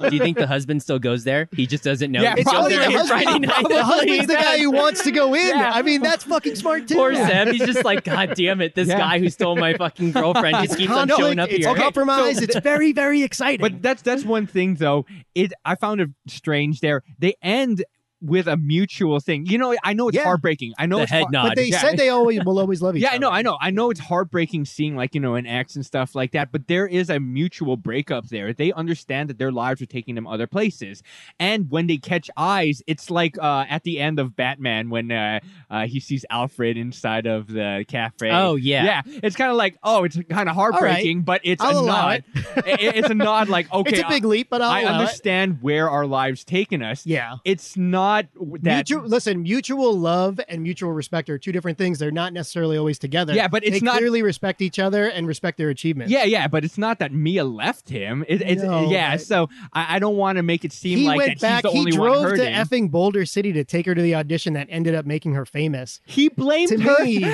Speaker 1: do you think the husband still goes there? He just doesn't know.
Speaker 2: Yeah,
Speaker 1: He goes
Speaker 2: probably
Speaker 1: there
Speaker 2: the
Speaker 1: every
Speaker 2: husband-
Speaker 1: Friday night.
Speaker 3: the husband's the guy who wants to go in.
Speaker 2: Yeah.
Speaker 3: I mean, that's fucking smart too.
Speaker 1: Poor Seb. He's just like, God damn it, this
Speaker 2: Yeah.
Speaker 1: guy who stole my fucking girlfriend just keeps on
Speaker 3: Conflict,
Speaker 1: showing up
Speaker 3: it's
Speaker 1: here.
Speaker 3: compromise. it's very, very exciting.
Speaker 2: But that's that's one thing though. It I found it strange there. They end with a mutual thing. You know, I know it's
Speaker 3: Yeah.
Speaker 2: heartbreaking. I know
Speaker 1: The
Speaker 2: it's
Speaker 1: head
Speaker 2: heart-
Speaker 1: nod.
Speaker 3: But they
Speaker 2: Yeah.
Speaker 3: said they always will always love each
Speaker 2: Yeah,
Speaker 3: other.
Speaker 2: I know, I know, I know. It's heartbreaking seeing like you know an ex and stuff like that. But there is a mutual breakup there. They understand that their lives are taking them other places, and when they catch eyes, it's like uh, at the end of Batman when uh, uh, he sees Alfred inside of the cafe.
Speaker 1: Oh, yeah.
Speaker 2: yeah. It's kind of like oh, it's kind of heartbreaking, but it's
Speaker 3: I'll
Speaker 2: a
Speaker 3: allow
Speaker 2: nod. It- it's a nod, like okay,
Speaker 3: it's a big leap, but I'll
Speaker 2: I, I
Speaker 3: allow it.
Speaker 2: understand where our lives taken us.
Speaker 3: Yeah.
Speaker 2: It's not that.
Speaker 3: Mutual, listen, mutual love and mutual respect are two different things. They're not necessarily always together.
Speaker 2: Yeah, but it's
Speaker 3: they
Speaker 2: not-
Speaker 3: clearly respect each other and respect their achievements.
Speaker 2: Yeah, yeah, but it's not that Mia left him. It, it's
Speaker 3: No,
Speaker 2: yeah.
Speaker 3: but-
Speaker 2: So I, I don't want to make it seem
Speaker 3: he
Speaker 2: like
Speaker 3: went
Speaker 2: that he's the
Speaker 3: back. He
Speaker 2: only
Speaker 3: drove
Speaker 2: one
Speaker 3: to
Speaker 2: hurting.
Speaker 3: effing Boulder City to take her to the audition that ended up making her famous.
Speaker 2: he blamed
Speaker 3: To
Speaker 2: her.
Speaker 3: me,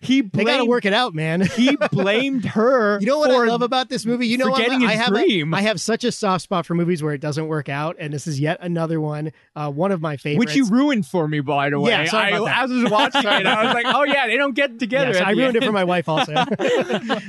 Speaker 2: he
Speaker 3: They
Speaker 2: blamed.
Speaker 3: got to work it out, man.
Speaker 2: he blamed her.
Speaker 3: You know what
Speaker 2: for-
Speaker 3: I love about this movie? You know, what?
Speaker 2: forgetting
Speaker 3: I
Speaker 2: his
Speaker 3: have a-
Speaker 2: dream.
Speaker 3: I have such a soft spot for movies where it doesn't work out, and this is yet another one. Uh, one of my favorites.
Speaker 2: Which you ruined for me, by the way.
Speaker 3: Yeah, sorry
Speaker 2: I,
Speaker 3: about that.
Speaker 2: I was watching it. I was like, oh yeah, they don't get together.
Speaker 3: Yes,
Speaker 2: at
Speaker 3: I
Speaker 2: the
Speaker 3: ruined it
Speaker 2: end.
Speaker 3: for my wife also.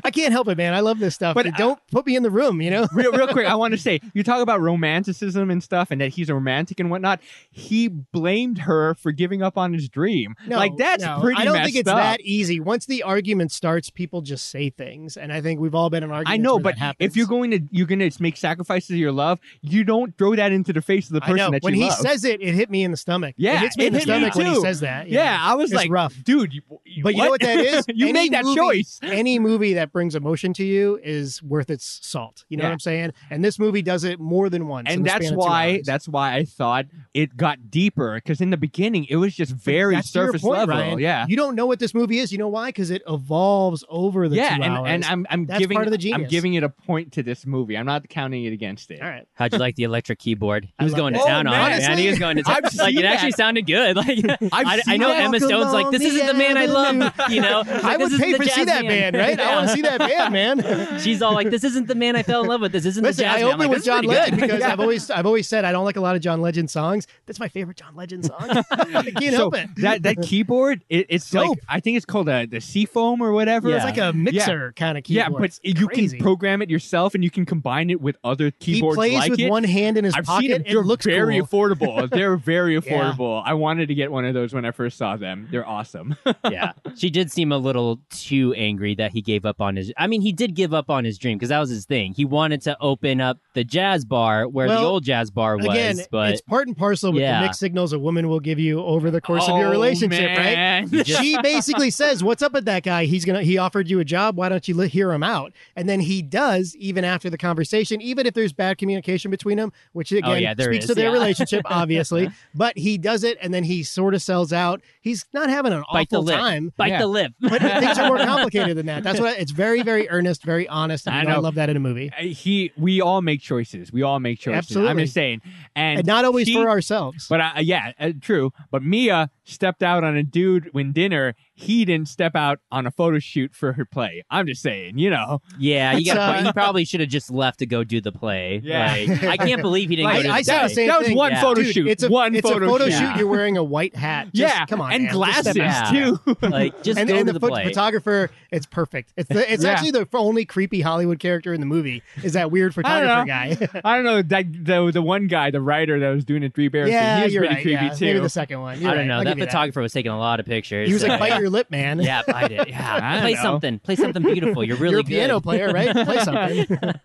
Speaker 3: I can't help it, man. I love this stuff.
Speaker 2: But
Speaker 3: But don't put me in the room, you know?
Speaker 2: real, real quick, I want to say you talk about romanticism and stuff, and that he's a romantic and whatnot. He blamed her for giving up on his dream.
Speaker 3: No,
Speaker 2: like that's
Speaker 3: no,
Speaker 2: pretty.
Speaker 3: I don't
Speaker 2: messed
Speaker 3: think it's
Speaker 2: up.
Speaker 3: that easy. Once the argument starts, people just say things, and I think we've all been in arguments.
Speaker 2: I know,
Speaker 3: where
Speaker 2: but
Speaker 3: that happens.
Speaker 2: if you're going to you're going to make sacrifices of your love, you don't throw that into the face of the
Speaker 3: I
Speaker 2: person
Speaker 3: know.
Speaker 2: that
Speaker 3: when
Speaker 2: you
Speaker 3: he
Speaker 2: love.
Speaker 3: says it, it hit me in the stomach.
Speaker 2: Yeah,
Speaker 3: it hits me
Speaker 2: it
Speaker 3: in the
Speaker 2: hit me
Speaker 3: stomach when he
Speaker 2: too.
Speaker 3: says that. you
Speaker 2: yeah,
Speaker 3: know?
Speaker 2: I was
Speaker 3: It's
Speaker 2: like,
Speaker 3: rough.
Speaker 2: dude. You,
Speaker 3: But you know what that is?
Speaker 2: you
Speaker 3: Any
Speaker 2: made that
Speaker 3: movie-
Speaker 2: choice.
Speaker 3: Any movie that brings emotion to you is worth its salt. You know
Speaker 2: Yeah.
Speaker 3: what I'm saying? And this movie does it more than once. in
Speaker 2: and
Speaker 3: the
Speaker 2: that's
Speaker 3: span of two
Speaker 2: why
Speaker 3: hours.
Speaker 2: that's why I thought it got deeper because in the beginning it was just very
Speaker 3: That's to your
Speaker 2: surface
Speaker 3: point,
Speaker 2: level.
Speaker 3: Ryan.
Speaker 2: Yeah,
Speaker 3: You don't know what this movie is. You know why? Because it evolves over the
Speaker 2: yeah,
Speaker 3: two hours.
Speaker 2: and, and I'm I'm
Speaker 3: That's
Speaker 2: giving
Speaker 3: part of the
Speaker 2: I'm
Speaker 3: genius.
Speaker 2: giving it a point to this movie. I'm not counting it against it.
Speaker 3: all right.
Speaker 1: How'd you like the electric keyboard? He was
Speaker 3: love
Speaker 1: going to
Speaker 2: that.
Speaker 1: town
Speaker 2: Oh,
Speaker 1: on
Speaker 2: man.
Speaker 1: it, man. He was going to town.
Speaker 2: I've
Speaker 1: Like
Speaker 2: seen
Speaker 1: it actually
Speaker 2: that.
Speaker 1: sounded good. Like I, I
Speaker 2: seen
Speaker 1: know
Speaker 2: that.
Speaker 1: Emma Stone's like, this isn't the man I love. You know, Like,
Speaker 3: I would
Speaker 1: "This isn't
Speaker 3: pay
Speaker 1: the
Speaker 3: for see
Speaker 1: jazz
Speaker 3: that
Speaker 1: man."
Speaker 3: band, right? I
Speaker 1: Yeah.
Speaker 3: want to see that band, man.
Speaker 1: She's all like, "This isn't the man I fell in love with. This isn't
Speaker 3: Listen,
Speaker 1: the jazz
Speaker 3: I
Speaker 1: man." I'm
Speaker 3: opened
Speaker 1: like,
Speaker 3: with
Speaker 1: "This is
Speaker 3: John
Speaker 1: pretty
Speaker 3: Legend
Speaker 1: good."
Speaker 3: because I've always I've always said I don't like a lot of John Legend songs. That's my favorite John Legend song. I can't
Speaker 2: so
Speaker 3: help it.
Speaker 2: that that keyboard, it, it's
Speaker 3: Dope.
Speaker 2: like I think it's called a the seafoam or whatever.
Speaker 1: Yeah.
Speaker 3: it's like a mixer kind of
Speaker 2: yeah,
Speaker 3: keyboard.
Speaker 2: but you
Speaker 3: crazy.
Speaker 2: can program it yourself and you can combine it with other
Speaker 3: he
Speaker 2: keyboards.
Speaker 3: plays
Speaker 2: like
Speaker 3: with
Speaker 2: it.
Speaker 3: one hand in his
Speaker 2: I've
Speaker 3: pocket.
Speaker 2: seen them.
Speaker 3: It
Speaker 2: They're
Speaker 3: looks
Speaker 2: very
Speaker 3: cool.
Speaker 2: affordable. They're very
Speaker 3: Yeah.
Speaker 2: affordable. I wanted to get one of those when I first saw them. They're awesome.
Speaker 1: yeah, she did seem a little too angry that he gave up on his. I mean, he did give up on his dream because that was his thing. He wanted to open up the jazz bar where the
Speaker 3: Well,
Speaker 1: old jazz bar was,
Speaker 3: Again,
Speaker 1: but
Speaker 3: it's part and parcel with
Speaker 1: Yeah.
Speaker 3: the mixed signals a woman will give you over the course of your
Speaker 2: Oh,
Speaker 3: relationship, right?
Speaker 2: man.
Speaker 3: she basically says, "What's up with that guy? He's gonna he offered you a job. Why don't you li- hear him out?" And then he does, even after the conversation, even if there's bad communication between them, which again
Speaker 1: Oh, yeah, there
Speaker 3: speaks
Speaker 1: is,
Speaker 3: to their
Speaker 1: yeah.
Speaker 3: relationship, obviously. but he does it, and then he sort of sells out. He's not having an
Speaker 1: bite the
Speaker 3: awful
Speaker 1: lip,
Speaker 3: time.
Speaker 1: bite
Speaker 2: Yeah.
Speaker 1: the lip.
Speaker 3: But things are more complicated than that. That's what I, it's very, very earnest, very honest. And
Speaker 2: I
Speaker 3: you know I
Speaker 2: know.
Speaker 3: love that in a movie,
Speaker 2: Uh, he we all make choices. We all make choices. I'm
Speaker 3: Absolutely.
Speaker 2: just saying, and,
Speaker 3: and not always
Speaker 2: she-
Speaker 3: for ourselves.
Speaker 2: But I, yeah, uh, true. But Mia stepped out on a dude when dinner. He didn't step out on a photo shoot for her play. I'm just saying, you know.
Speaker 1: yeah, you
Speaker 3: It's,
Speaker 1: got.
Speaker 3: uh,
Speaker 1: he probably should have just left to go do the play.
Speaker 2: Yeah.
Speaker 1: Like, I can't believe he didn't
Speaker 3: Like,
Speaker 1: go to the
Speaker 3: I said
Speaker 1: play.
Speaker 3: the same
Speaker 2: that was
Speaker 3: thing.
Speaker 2: one
Speaker 1: Yeah.
Speaker 2: photo
Speaker 3: Dude,
Speaker 2: shoot.
Speaker 3: it's a
Speaker 2: one
Speaker 3: it's
Speaker 2: photo,
Speaker 3: a photo shoot.
Speaker 1: shoot.
Speaker 3: You're wearing a white hat. Just,
Speaker 2: yeah,
Speaker 3: come on,
Speaker 2: and
Speaker 3: man. Just
Speaker 2: glasses
Speaker 3: step out.
Speaker 1: out.
Speaker 2: too.
Speaker 1: Like, just
Speaker 3: and,
Speaker 1: go
Speaker 3: and
Speaker 1: to
Speaker 3: the,
Speaker 1: the,
Speaker 3: phot-
Speaker 1: play.
Speaker 3: photographer, it's perfect. It's the, it's
Speaker 2: Yeah.
Speaker 3: actually the only creepy Hollywood character in the movie is that weird photographer guy.
Speaker 2: I don't know that the the one guy, the writer that was doing the Three Bears thing.
Speaker 3: yeah,
Speaker 2: He was
Speaker 3: you're
Speaker 2: pretty
Speaker 3: right,
Speaker 2: creepy
Speaker 3: yeah.
Speaker 2: too.
Speaker 3: Maybe the second one. You're
Speaker 1: I don't
Speaker 3: right.
Speaker 1: know.
Speaker 3: I'll
Speaker 1: that
Speaker 3: give you
Speaker 1: photographer was taking a lot of pictures.
Speaker 3: He was
Speaker 1: so-
Speaker 3: like, "Bite your lip, man."
Speaker 1: Yeah, I did. Yeah,
Speaker 2: I
Speaker 1: play
Speaker 2: know.
Speaker 1: something. Play something beautiful. You're really
Speaker 3: you're a
Speaker 1: good.
Speaker 3: piano player, right? Play something. God,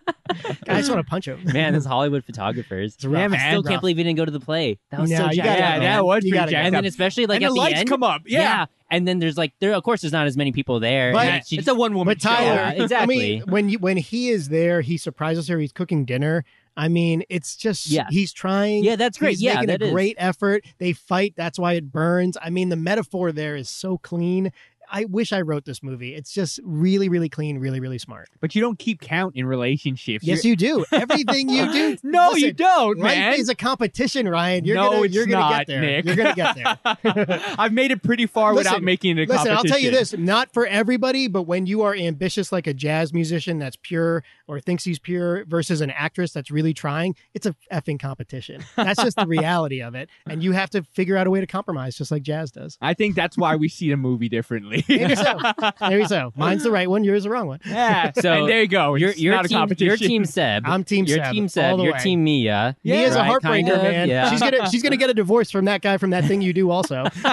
Speaker 3: I just want to punch him.
Speaker 1: Man, this Hollywood photographers.
Speaker 3: It's rough.
Speaker 1: I
Speaker 2: man.
Speaker 1: still
Speaker 3: Rough.
Speaker 1: can't believe he didn't go to the play. That was
Speaker 3: No,
Speaker 1: so
Speaker 3: you
Speaker 1: jacked
Speaker 3: gotta
Speaker 1: up,
Speaker 2: yeah,
Speaker 3: go,
Speaker 1: man.
Speaker 2: that was
Speaker 3: You
Speaker 2: pretty
Speaker 3: gotta go.
Speaker 2: jacked
Speaker 1: And
Speaker 2: up.
Speaker 1: then especially like
Speaker 2: And
Speaker 1: at
Speaker 2: the
Speaker 1: the
Speaker 2: lights
Speaker 1: end.
Speaker 2: come up. Yeah.
Speaker 1: And then there's like there of course there's not as many people there.
Speaker 3: But-
Speaker 1: and then she
Speaker 2: it's
Speaker 1: just-
Speaker 2: a one woman.
Speaker 3: But Tyler,
Speaker 1: Yeah, exactly.
Speaker 3: I mean, when you when he is there, he surprises her. He's cooking dinner. I mean, it's just
Speaker 1: Yeah.
Speaker 3: he's trying.
Speaker 1: Yeah, that's great.
Speaker 3: He's
Speaker 1: Yeah,
Speaker 3: making
Speaker 1: that
Speaker 3: a
Speaker 1: is.
Speaker 3: great effort. They fight. That's why it burns. I mean, the metaphor there is so clean. I wish I wrote this movie. It's just really, really clean, really, really smart.
Speaker 2: but you don't keep count in relationships.
Speaker 3: Yes, you do. Everything you do.
Speaker 2: You're- no, you
Speaker 3: Listen,
Speaker 2: don't,
Speaker 3: Life
Speaker 2: man.
Speaker 3: is a competition, Ryan. You're
Speaker 2: no,
Speaker 3: gonna,
Speaker 2: it's
Speaker 3: you're gonna
Speaker 2: not,
Speaker 3: get there.
Speaker 2: Nick.
Speaker 3: You're gonna get there.
Speaker 2: I've made it pretty far without
Speaker 3: Listen,
Speaker 2: making it a
Speaker 3: Listen, I'll
Speaker 2: competition.
Speaker 3: tell you this: not for everybody, but when you are ambitious like a jazz musician that's pure or thinks he's pure versus an actress that's really trying, it's a effing competition. That's just the reality of it, and you have to figure out a way to compromise, just like jazz does.
Speaker 2: I think that's why we see the movie differently.
Speaker 3: Maybe so. Maybe so. Mine's the right one. Yours the wrong one.
Speaker 2: yeah.
Speaker 1: So
Speaker 2: and there you go.
Speaker 1: your,
Speaker 2: It's
Speaker 1: your
Speaker 2: not a
Speaker 1: team,
Speaker 2: competition.
Speaker 1: your team Seb.
Speaker 3: I'm team
Speaker 1: your
Speaker 3: Seb,
Speaker 1: team
Speaker 3: all
Speaker 1: Seb.
Speaker 3: the
Speaker 1: Your
Speaker 3: way.
Speaker 1: team Mia.
Speaker 3: Me is a
Speaker 1: Right,
Speaker 3: heartbreaker,
Speaker 1: kind of,
Speaker 3: man.
Speaker 1: yeah.
Speaker 3: She's gonna she's gonna get a divorce from that guy from that thing you do. Also,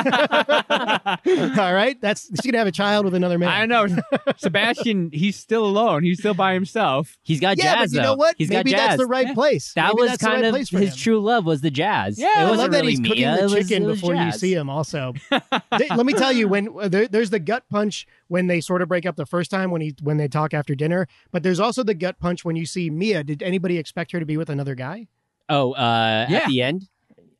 Speaker 3: all right, that's she's gonna have a child with another man.
Speaker 2: I know. Sebastian, he's still alone. He's still by himself.
Speaker 1: He's got
Speaker 3: Yeah,
Speaker 1: jazz
Speaker 3: but you
Speaker 1: though.
Speaker 3: know what?
Speaker 1: He's
Speaker 3: Maybe
Speaker 1: got jazz.
Speaker 3: that's the right place.
Speaker 1: that
Speaker 3: Maybe
Speaker 1: was
Speaker 3: that's the
Speaker 1: kind
Speaker 3: right
Speaker 1: of
Speaker 3: place for
Speaker 1: his
Speaker 3: him.
Speaker 1: true love was the jazz.
Speaker 2: Yeah,
Speaker 1: It
Speaker 2: I
Speaker 3: I
Speaker 1: wasn't
Speaker 3: love that
Speaker 1: really
Speaker 3: he's
Speaker 1: Mia.
Speaker 3: cooking
Speaker 1: it
Speaker 3: the
Speaker 1: was-
Speaker 3: chicken
Speaker 1: it was
Speaker 3: before you
Speaker 1: jazz.
Speaker 3: see him. Also, They- let me tell you, when uh, there, there's the gut punch when they sort of break up the first time when he when they talk after dinner, but there's also the gut punch when you see Mia. Did anybody expect her to be with another guy?
Speaker 1: Oh, uh,
Speaker 2: Yeah.
Speaker 1: at the end.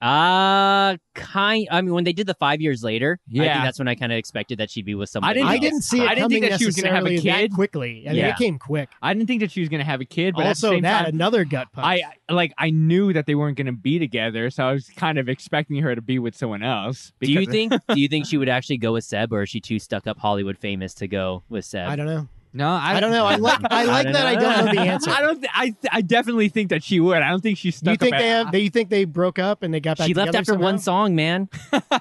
Speaker 1: Uh kind. I mean, when they did the five years later, I
Speaker 2: Yeah.
Speaker 1: think that's when I kind of expected that she'd be with somebody.
Speaker 2: didn't-
Speaker 1: else.
Speaker 3: I didn't see it.
Speaker 2: I didn't think
Speaker 3: coming
Speaker 2: that she was gonna have a
Speaker 3: necessarily that
Speaker 2: kid.
Speaker 3: quickly. I mean,
Speaker 1: Yeah.
Speaker 3: it came quick.
Speaker 2: I didn't think that she was going to have a kid, but at the
Speaker 3: also,
Speaker 2: same
Speaker 3: that
Speaker 2: time,
Speaker 3: another gut punch.
Speaker 2: I I- like I knew that they weren't going to be together, so I was kind of expecting her to be with someone else.
Speaker 1: Do you
Speaker 2: because-
Speaker 1: think? do you think she would actually go with Seb, or is she too stuck up Hollywood famous to go with Seb?
Speaker 3: I don't know.
Speaker 2: No, I,
Speaker 3: I don't know. I like I like that. I don't know the answer.
Speaker 2: I don't. Th- I th- I definitely think that she would. I don't think she stuck.
Speaker 3: You think
Speaker 2: up at-
Speaker 3: they have? They, you think they broke up and they got back?
Speaker 1: she left
Speaker 3: together
Speaker 1: after one
Speaker 3: somehow?
Speaker 1: song, man.